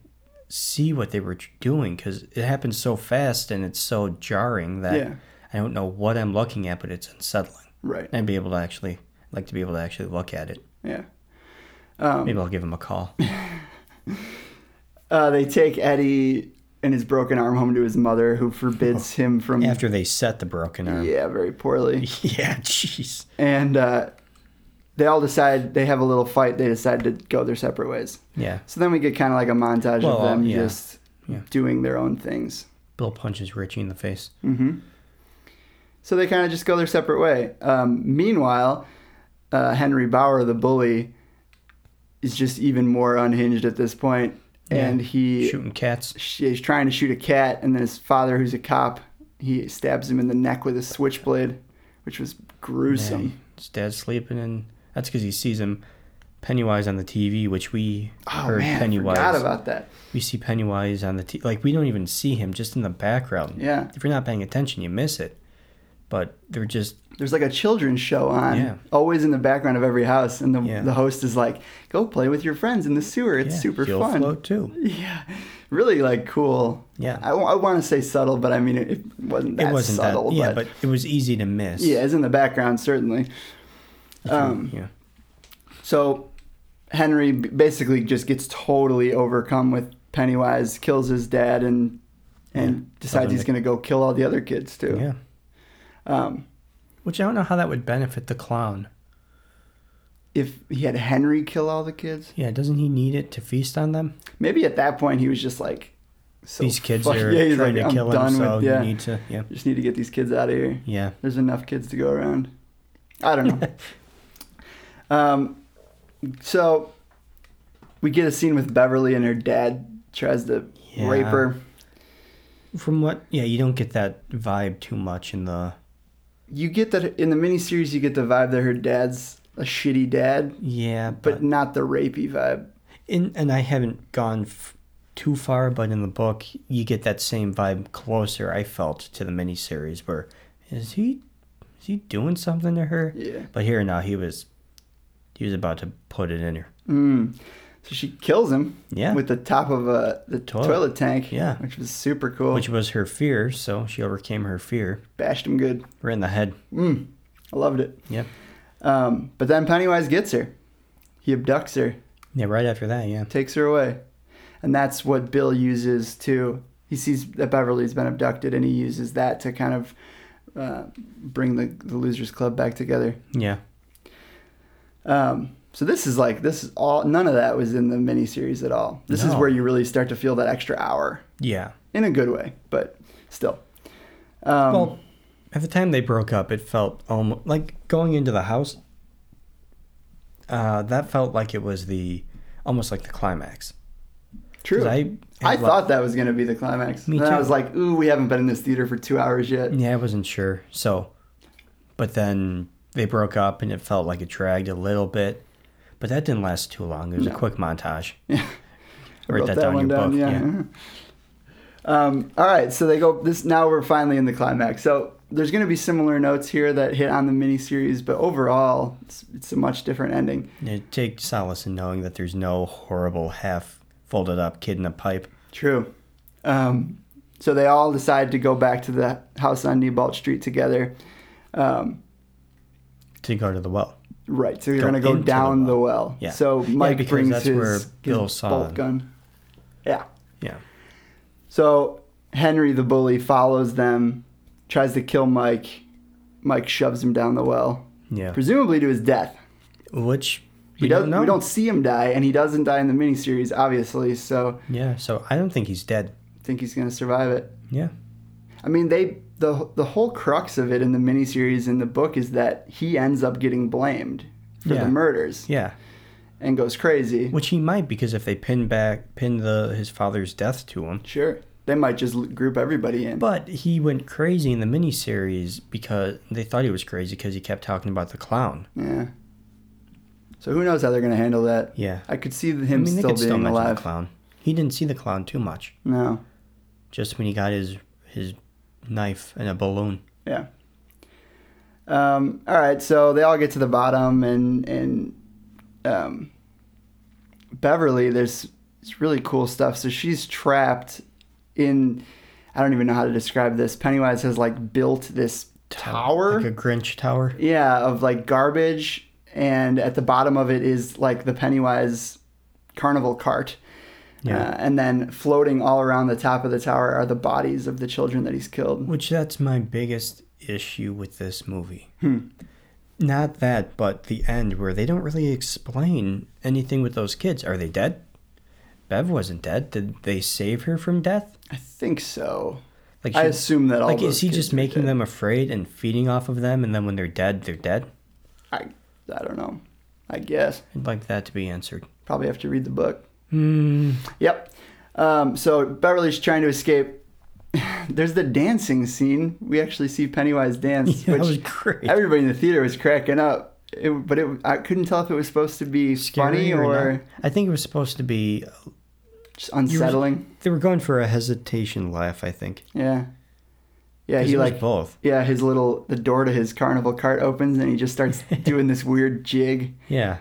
see what they were tr- doing because it happens so fast and it's so jarring that
Yeah.
I don't know what I'm looking at, but it's unsettling.
right.
And I'd be able to actually like to be able to actually look at it.
Yeah. Um,
Maybe I'll give him a call.
uh, they take Eddie and his broken arm home to his mother, who forbids him from.
Oh. After they set the broken arm.
yeah, very poorly.
Yeah, jeez.
And uh, they all decide they have a little fight. They decide to go their separate ways.
Yeah.
So then we get kind of like a montage
Well,
of them
yeah.
just
Yeah.
doing their own things. Mm-hmm.
Bill punches Richie in the face.
So they kind of just go their separate way. Um, meanwhile, uh, Henry Bauer, the bully, is just even more unhinged at this point, and
Yeah.
he
Shooting cats.
sh- he's trying to shoot a cat, and then his father, who's a cop, he stabs him in the neck with a switchblade, which was gruesome.
Yeah, his dad's sleeping, and that's because he sees him Pennywise on the TV, which we
Oh
heard
man,
Pennywise.
I forgot about that.
we see Pennywise on the t- like we don't even see him just in the background.
Yeah.
If you're not paying attention, you miss it. But they're just
There's like a children's show on,
Yeah.
always in the background of every house, and the,
Yeah.
the host is like, "Go play with your friends in the sewer. It's
yeah,
super
you'll
fun."
float too.
Yeah, really like cool.
Yeah.
I, want to say subtle, but I mean it, it wasn't that
it wasn't
subtle.
that. Yeah, but, it was easy to miss.
yeah, it's in the background certainly. Um,
yeah.
So Henry b- basically just gets totally overcome with Pennywise, kills his dad, and and
Yeah.
decides
Other
he's
Nick.
going to go kill all the other kids too.
Yeah.
Um,
Which I don't know how that would benefit the clown.
if he had Henry kill all the kids,
Yeah, doesn't he need it to feast on them?
maybe at that point he was just like, so
These kids
fuck-
are
yeah, he's
trying
like,
to
I'm
kill
done
him, so
with, yeah.
you need to. Yeah.
just need to get these kids out of here.
Yeah.
There's enough kids to go around. I don't know. um, so we get a scene with Beverly and her dad tries to
Yeah.
rape her.
From what? Yeah, you don't get that vibe too much in the.
You get that in the miniseries. You get the vibe that her dad's a shitty dad,
Yeah, but,
but not the rapey vibe.
in and I haven't gone f- too far, but in the book, you get that same vibe closer. I felt to the miniseries where is he is he doing something to her?
Yeah.
But here now he was he was about to put it in her.
Mm. So she kills him.
Yeah.
With the top of a the toilet,
Toilet.
tank.
Yeah.
Which was super cool.
Which was her fear, so she overcame her fear.
bashed him good. Mm.
Right in the head.
I loved it.
Yep.
Um, but then Pennywise gets her. He abducts her.
Yeah, right after that, yeah.
takes her away. And that's what Bill uses to. He sees that Beverly's been abducted, and he uses that to kind of uh, bring the, the Losers Club back together.
Yeah.
Um, so this is like this is all. None of that was in the miniseries at all. This is
No.
where you really start to feel that extra hour
Yeah.
in a good way, but still. Um,
well, at the time they broke up, it felt almost like going into the house. Uh, that felt like it was the almost like the climax.
true.
'Cause
I,
I had lo-
thought that was going to be the climax.
Me
then I
too.
was like, "Ooh, we haven't been in this theater for two hours yet."
Yeah, I wasn't sure. So, but then they broke up, and it felt like it dragged a little bit. But that didn't last too long. It was a quick montage. Yeah,
Wrote
Mm-hmm.
Um, all right, so they go. This now we're finally in the climax. So there's going to be similar notes here that hit on the miniseries, but overall, it's, it's a much different ending.
It take solace in knowing that there's no horrible half folded up kid in a pipe.
True. Um, so they all decide to go back to the house on Newbalt Street together. Um,
To go to the well.
right, so you're
Go
going to go
into the
down the
well.
well.
Yeah.
So
Yeah,
Mike
because
brings
that's
his,
where Bill
his
saw
bolt
him.
gun. Yeah.
Yeah.
So Henry the bully follows them, tries to kill Mike. Mike shoves him down the well,
Yeah.
presumably to his death.
Which we,
We
don't
don't,
know.
we don't see him die, and he doesn't die in the miniseries, obviously. So
Yeah. So I don't think he's dead.
I think he's going to survive it.
Yeah.
I mean, they the the whole crux of it in the miniseries in the book is that he ends up getting blamed for
Yeah.
the murders
Yeah.
and goes crazy.
Which he might because if they pin back pin the his father's death to him,
Sure, they might just l- group everybody in.
But he went crazy in the miniseries because they thought he was crazy because he kept talking about the clown.
yeah. So who knows how they're going to handle that?
Yeah.
I could see
I
him
mean, they
still being
could still mention
alive.
the clown. He didn't see the clown too much.
No.
Just when he got his his knife and a balloon.
Yeah. Um, all right, so they all get to the bottom, and and um, Beverly, there's it's really cool stuff. So she's trapped in. I don't even know how to describe this. Pennywise has like built this tower,
like a Grinch tower.
yeah, of like garbage and at the bottom of it is like the Pennywise carnival cart.
Yeah.
Uh, and then floating all around the top of the tower are the bodies of the children that he's killed.
Which that's my biggest issue with this movie.
Hmm.
Not that, but the end where they don't really explain anything with those kids. Are they dead? Bev wasn't dead. Did they save her from death?
I think so.
Like
I assume that all
like
those
is he
kids
just
are
making
dead.
them afraid and feeding off of them, and then when they're dead, they're dead.
I I don't know. I guess
I'd like that to be answered.
probably have to read the book.
Hmm.
Yep. Um, so Beverly's trying to escape. There's the dancing scene. We actually see Pennywise dance,
Yeah,
which
that was great.
everybody in the theater was cracking up. It, but it, I couldn't tell if it was supposed to be
Scary
funny or,
not? I think it was supposed to be.
just unsettling.
They were going for a hesitation laugh. I think.
Yeah. Yeah,
'Cause
he
it was
like
both.
yeah, his little the door to his carnival cart opens and he just starts doing this weird jig.
Yeah.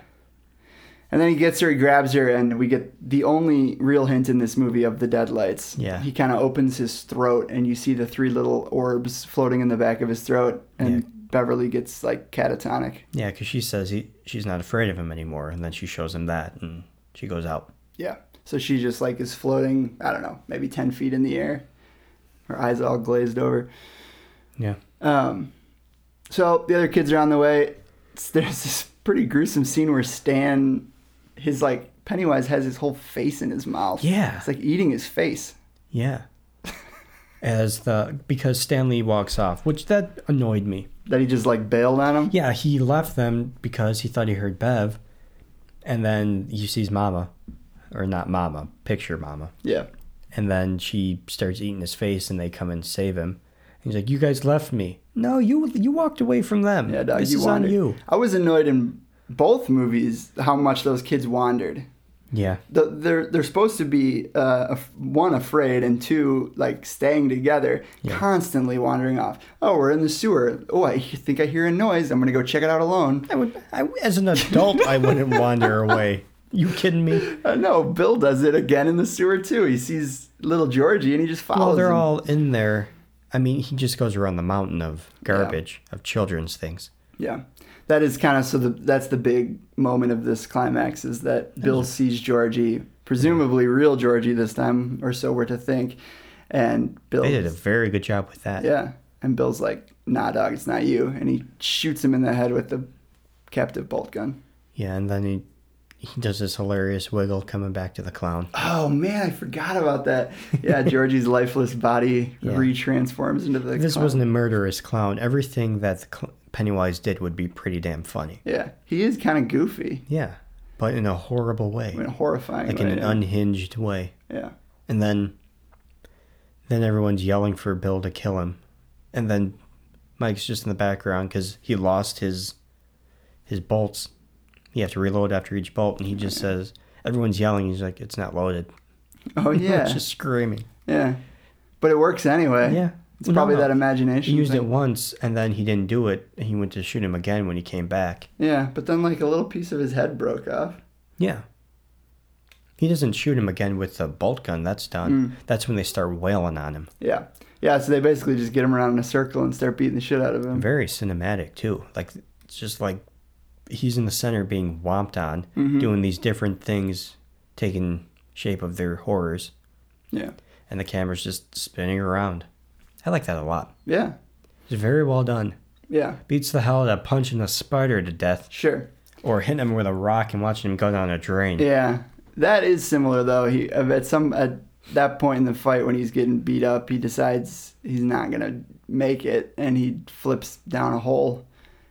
And then he gets her, he grabs her, and we get the only real hint in this movie of the deadlights.
Yeah.
He kind of opens his throat, and you see the three little orbs floating in the back of his throat, and
Yeah.
Beverly gets like catatonic.
Yeah, because she says he she's not afraid of him anymore, and then she shows him that, and she goes out.
Yeah. So she just like is floating, I don't know, maybe 10 feet in the air. Her eyes all glazed over.
Yeah.
Um, so the other kids are on the way. It's- There's this pretty gruesome scene where Stan, his like, Pennywise has his whole face in his mouth.
Yeah.
It's like eating his face.
Yeah. As the because Stanley walks off, which that annoyed me.
That he just like bailed on him.
Yeah, he left them because he thought he heard Bev, and then he sees Mama, or not Mama, picture Mama,
Yeah.
and then she starts eating his face, and they come and save him. And he's like, "You guys left me. No, you you walked away from them.
Yeah, dog,
this
you
is
wandered.
on you."
I was annoyed in both movies how much those kids wandered.
Yeah.
The- They're they're supposed to be uh, af- one afraid and two like staying together, constantly wandering off. Oh, we're in the sewer. Oh, I he- think I hear a noise. I'm gonna go check it out alone.
I would, I, as an adult, I wouldn't wander away. You kidding me?
Uh, no, Bill does it again in the sewer too. He sees little Georgie and he just follows.
Well, Oh, they're
him.
all in there. I mean, he just goes around the mountain of garbage, of children's things.
Yeah, that is kind of so. The, that's the big moment of this climax is that Bill sees Georgie, presumably real Georgie this time, or so we're to think. And Bill,
They did a very good job with that.
yeah, and Bill's like, "Nah, dog, it's not you," and he shoots him in the head with the captive bolt gun.
Yeah, and then he he does this hilarious wiggle coming back to the clown.
Oh man, I forgot about that. Yeah, Georgie's lifeless body
Yeah.
retransforms into the.
This
clown.
wasn't a murderous clown. Everything that the cl- Pennywise did would be pretty damn funny.
Yeah, he is kind of goofy,
Yeah, but in a horrible way,
I mean, horrifying.
like in
way.
an unhinged way.
yeah.
And then then everyone's yelling for Bill to kill him. And then Mike's just in the background cuz he lost his his bolts. You have to reload after each bolt and he just says everyone's yelling he's like it's not loaded.
Oh yeah,
It's just screaming.
yeah. But it works anyway.
Yeah.
It's
No,
probably
no.
that imagination.
He used
thing.
it once and then he didn't do it. and He went to shoot him again when he came back.
Yeah, but then like a little piece of his head broke off.
Yeah. He doesn't shoot him again with the bolt gun. That's
Hmm.
done. That's when they start wailing on him.
Yeah. Yeah, so they basically just get him around in a circle and start beating the shit out of him.
very cinematic too. Like it's just like he's in the center being whomped on,
Mm-hmm.
doing these different things, taking shape of their horrors,
Yeah.
and the camera's just spinning around. I like that a lot.
Yeah.
It's very well done.
Yeah.
Beats the hell out of punching a spider to death
Sure.
or hitting him with a rock and watching him go down a drain.
Yeah. That is similar though. He uh, at some at that point in the fight when he's getting beat up, he decides he's not going to make it and he flips down a hole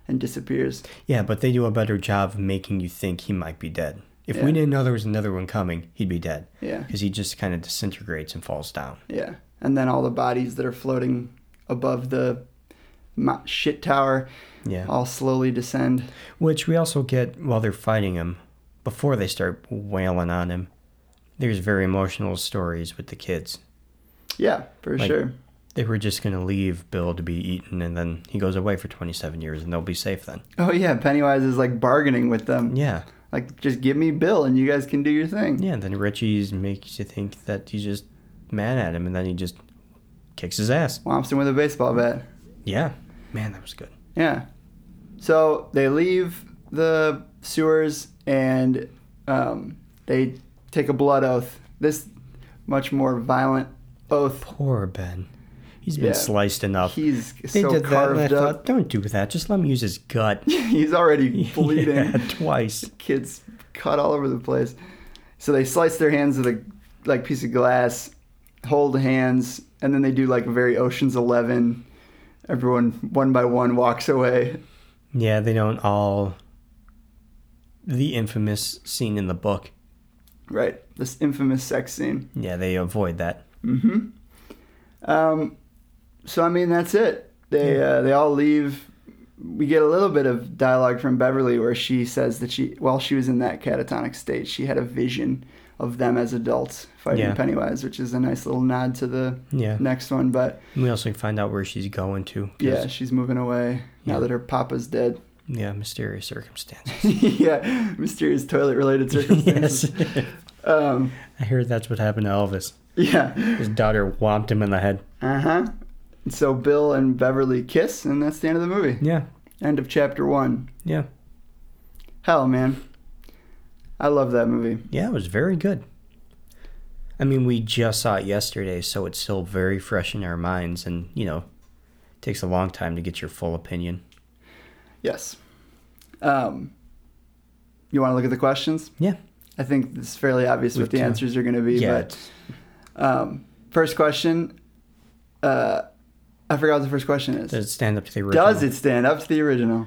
and disappears.
Yeah, but they do a better job of making you think he might be dead. If
Yeah.
we didn't know there was another one coming, he'd be dead.
Yeah.
Because he just kind of disintegrates and falls down.
Yeah. And then all the bodies that are floating above the mo- shit tower
Yeah.
all slowly descend.
Which we also get while they're fighting him, before they start wailing on him. There's very emotional stories with the kids.
Yeah, for
Like-
sure.
They were just going to leave Bill to be eaten, and then he goes away for 27 years, and they'll be safe then.
Oh yeah, Pennywise is like bargaining with them.
Yeah.
Like just give me Bill and you guys can do your thing.
Yeah, and then Richie's makes you think that he's just mad at him, and then he just kicks his ass.
Whomps him with a baseball bat.
Yeah. Man, that was good.
Yeah. So they leave the sewers and um, they take a blood oath. This much more violent oath.
Poor Ben. He's
Yeah.
been sliced enough.
He's
they
so
did that, and I
carved up.
thought, don't do that. Just let me use his gut.
He's already bleeding.
Yeah, twice.
Kids cut all over the place. So they slice their hands with a like piece of glass, hold hands, and then they do like a very Ocean's Eleven. Everyone one by one walks away.
Yeah, they don't all. The infamous scene in the book.
Right, this infamous sex scene. Mm-hmm.
Yeah, they avoid that.
Um, so I mean that's it. They uh, they all leave. We get a little bit of dialogue from Beverly where she says that she while she was in that catatonic state, she had a vision of them as adults fighting
Yeah.
Pennywise, which is a nice little nod to the
Yeah.
next one. But
We also find out where she's going to. 'cause-
yeah, she's moving away now
Yeah.
that her papa's dead.
Yeah, mysterious circumstances.
yeah, mysterious toilet related circumstances.
yes.
Um,
I hear that's what happened to Elvis.
yeah.
His daughter whomped him in the head.
Uh huh. So Bill and Beverly kiss, and that's the end of the movie.
Yeah.
End of chapter one.
Yeah.
Hell, man. I love that movie.
Yeah, it was very good. I mean, we just saw it yesterday, so it's still very fresh in our minds, and you know, it takes a long time to get your full opinion.
Yes. Um, you want to look at the questions?
Yeah.
I think it's fairly obvious what
We've
the
ta-
answers are going to be.
Yeah.
But um, first question. Uh, I forgot what the first question is.
Does it stand up to the original?
Does it stand up to the original?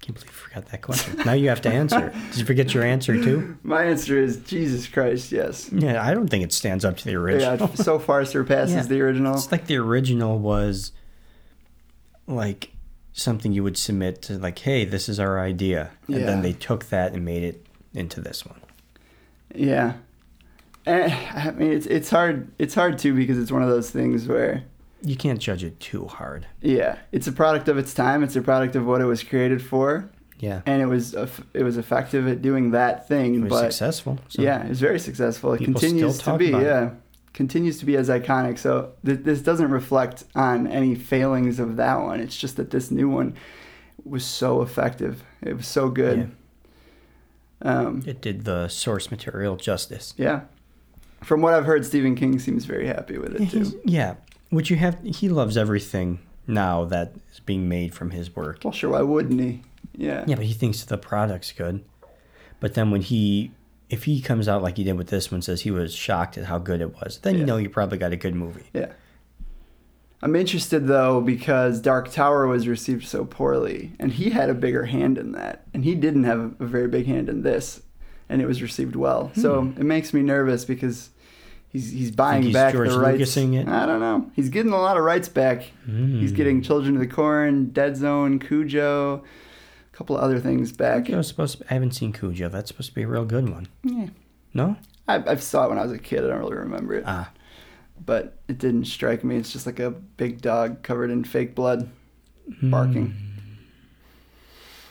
can't believe you forgot that question. now you have to answer. Did you forget your answer too?
My answer is Jesus Christ. Yes.
Yeah, I don't think it stands up to the
Yeah.
original.
it so far surpasses
Yeah.
the original.
It's like the original was like something you would submit to like, hey, this is our idea. And
Yeah.
then they took that and made it into this one.
Yeah. Eh, I mean, it's it's hard. It's hard too because it's one of those things where
You can't judge it too hard.
Yeah, it's a product of its time. It's a product of what it was created for,
Yeah.
and it was eff- it was effective at doing that thing.
It was
but
successful. so-
yeah, it was very successful. It
People
continues
still
to
talk
be
about it.
yeah, continues to be as iconic. So th- this doesn't reflect on any failings of that one. It's just that this new one was so effective. It was so good. Um,
It did the source material justice.
yeah. From what I've heard, Stephen King seems very happy with it
He's-
too.
yeah. Which you have, he loves everything now that is being made from his work.
Well, sure, why wouldn't he? Yeah.
Yeah, but he thinks the product's good. But then when he, if he comes out like he did with this one, says he was shocked at how good it was, then
Yeah.
you know you probably got a good movie.
Yeah. I'm interested though because Dark Tower was received so poorly, and he had a bigger hand in that, and he didn't have a very big hand in this, and it was received well. So it makes me nervous because he's he's buying
Hmm. he's
back
George
the rights.
Lucasing it? Hmm.
I don't know. He's getting a lot of rights back. He's getting Children of the Corn, Dead Zone, Cujo, a couple of other things back.
It was supposed. I haven't seen Cujo. That's supposed to be a real good one.
Yeah.
No.
I, I saw it when I was a kid. I don't really remember it,
Ah.
but it didn't strike me. It's just like a big dog covered in fake blood
Hmm.
barking.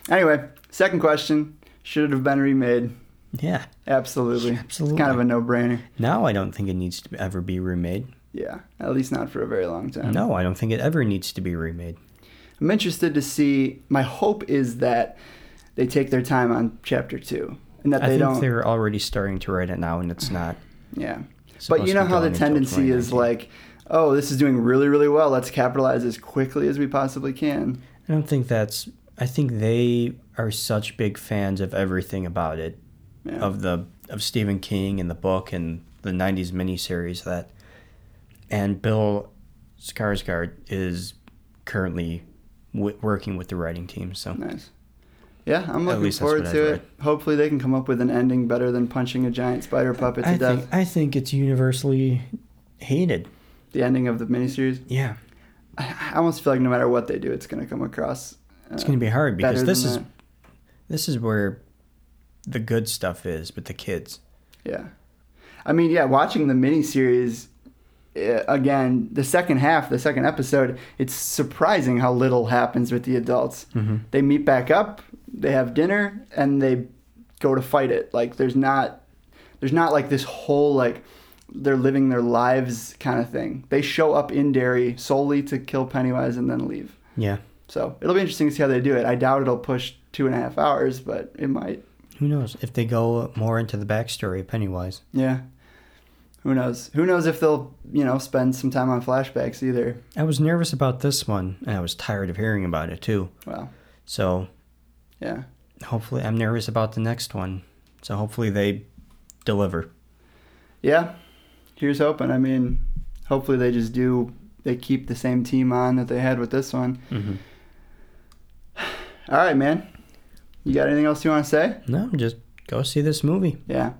Anyway, second question should it have been remade?
Yeah.
Absolutely. It's kind of
Absolutely.
a no brainer.
Now I don't think it needs to ever be remade.
Yeah, at least not for a very long time.
No, I don't think it ever needs to be remade.
I'm interested to see. My hope is that they take their time on chapter two and that
I
they
think
don't.
they're already starting to write it now, and it's not.
Yeah.
supposed
But you
to
know
be
how the
going until
tendency is
2019.
like, oh, this is doing really, really well. Let's capitalize as quickly as we possibly can.
I don't think that's. I think they are such big fans of everything about it,
Yeah.
of the of Stephen King and the book and the '90s miniseries that, and Bill Skarsgård is currently w- working with the writing team. So
Nice. Yeah, I'm looking
least that's
forward
what I've
to it.
read.
Hopefully, they can come up with an ending better than punching a giant spider puppet to
I
death.
think I think it's universally hated.
The ending of the miniseries.
Yeah,
I almost feel like no matter what they do, it's going to come across.
it's going to be hard because
Uh, better
this
than
is
that.
this is where the good stuff is with the kids.
Yeah. I mean, yeah, watching the miniseries eh, again, the second half, the second episode, it's surprising how little happens with the adults. They meet back up, they have dinner, and they go to fight it. Like there's not there's not like this whole like they're living their lives kind of thing. They show up in Derry solely to kill Pennywise and then leave.
Yeah,
So it'll be interesting to see how they do it. I doubt it'll push two and a half hours, but it might.
Who knows if they go more into the backstory of Pennywise?
Yeah. Who knows? Who knows if they'll, you know, spend some time on flashbacks either.
I was nervous about this one, and I was tired of hearing about it too.
Well,
So
yeah.
hopefully, I'm nervous about the next one. So hopefully they deliver.
Yeah. Here's hoping. I mean, hopefully they just do, they keep the same team on that they had with this one.
Mhm.
All right, man. You got anything else you want to say?
No, just go see this movie.
Yeah.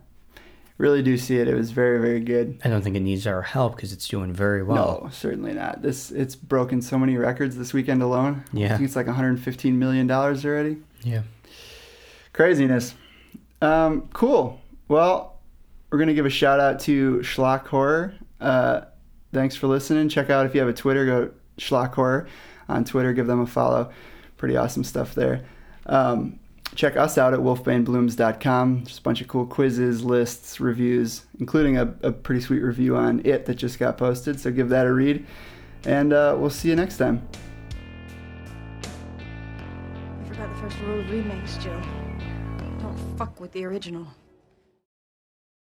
Really do see it. It was very, very good.
I don't think it needs our help because it's doing very well.
No, certainly not. This it's broken so many records this weekend alone.
Yeah.
I think it's like 115 million dollars already.
Yeah.
Craziness. Um, cool. Well, we're gonna give a shout out to Schlock Horror. Uh, thanks for listening. Check out if you have a Twitter, go Schlock Horror on Twitter. Give them a follow. Pretty awesome stuff there. Um, check us out at wolfbaneblooms.com. Just a bunch of cool quizzes, lists, reviews, including a, a pretty sweet review on it that just got posted. So give that a read, and uh, we'll see you next time.
I forgot the first rule of remakes, Joe. Don't fuck with the original.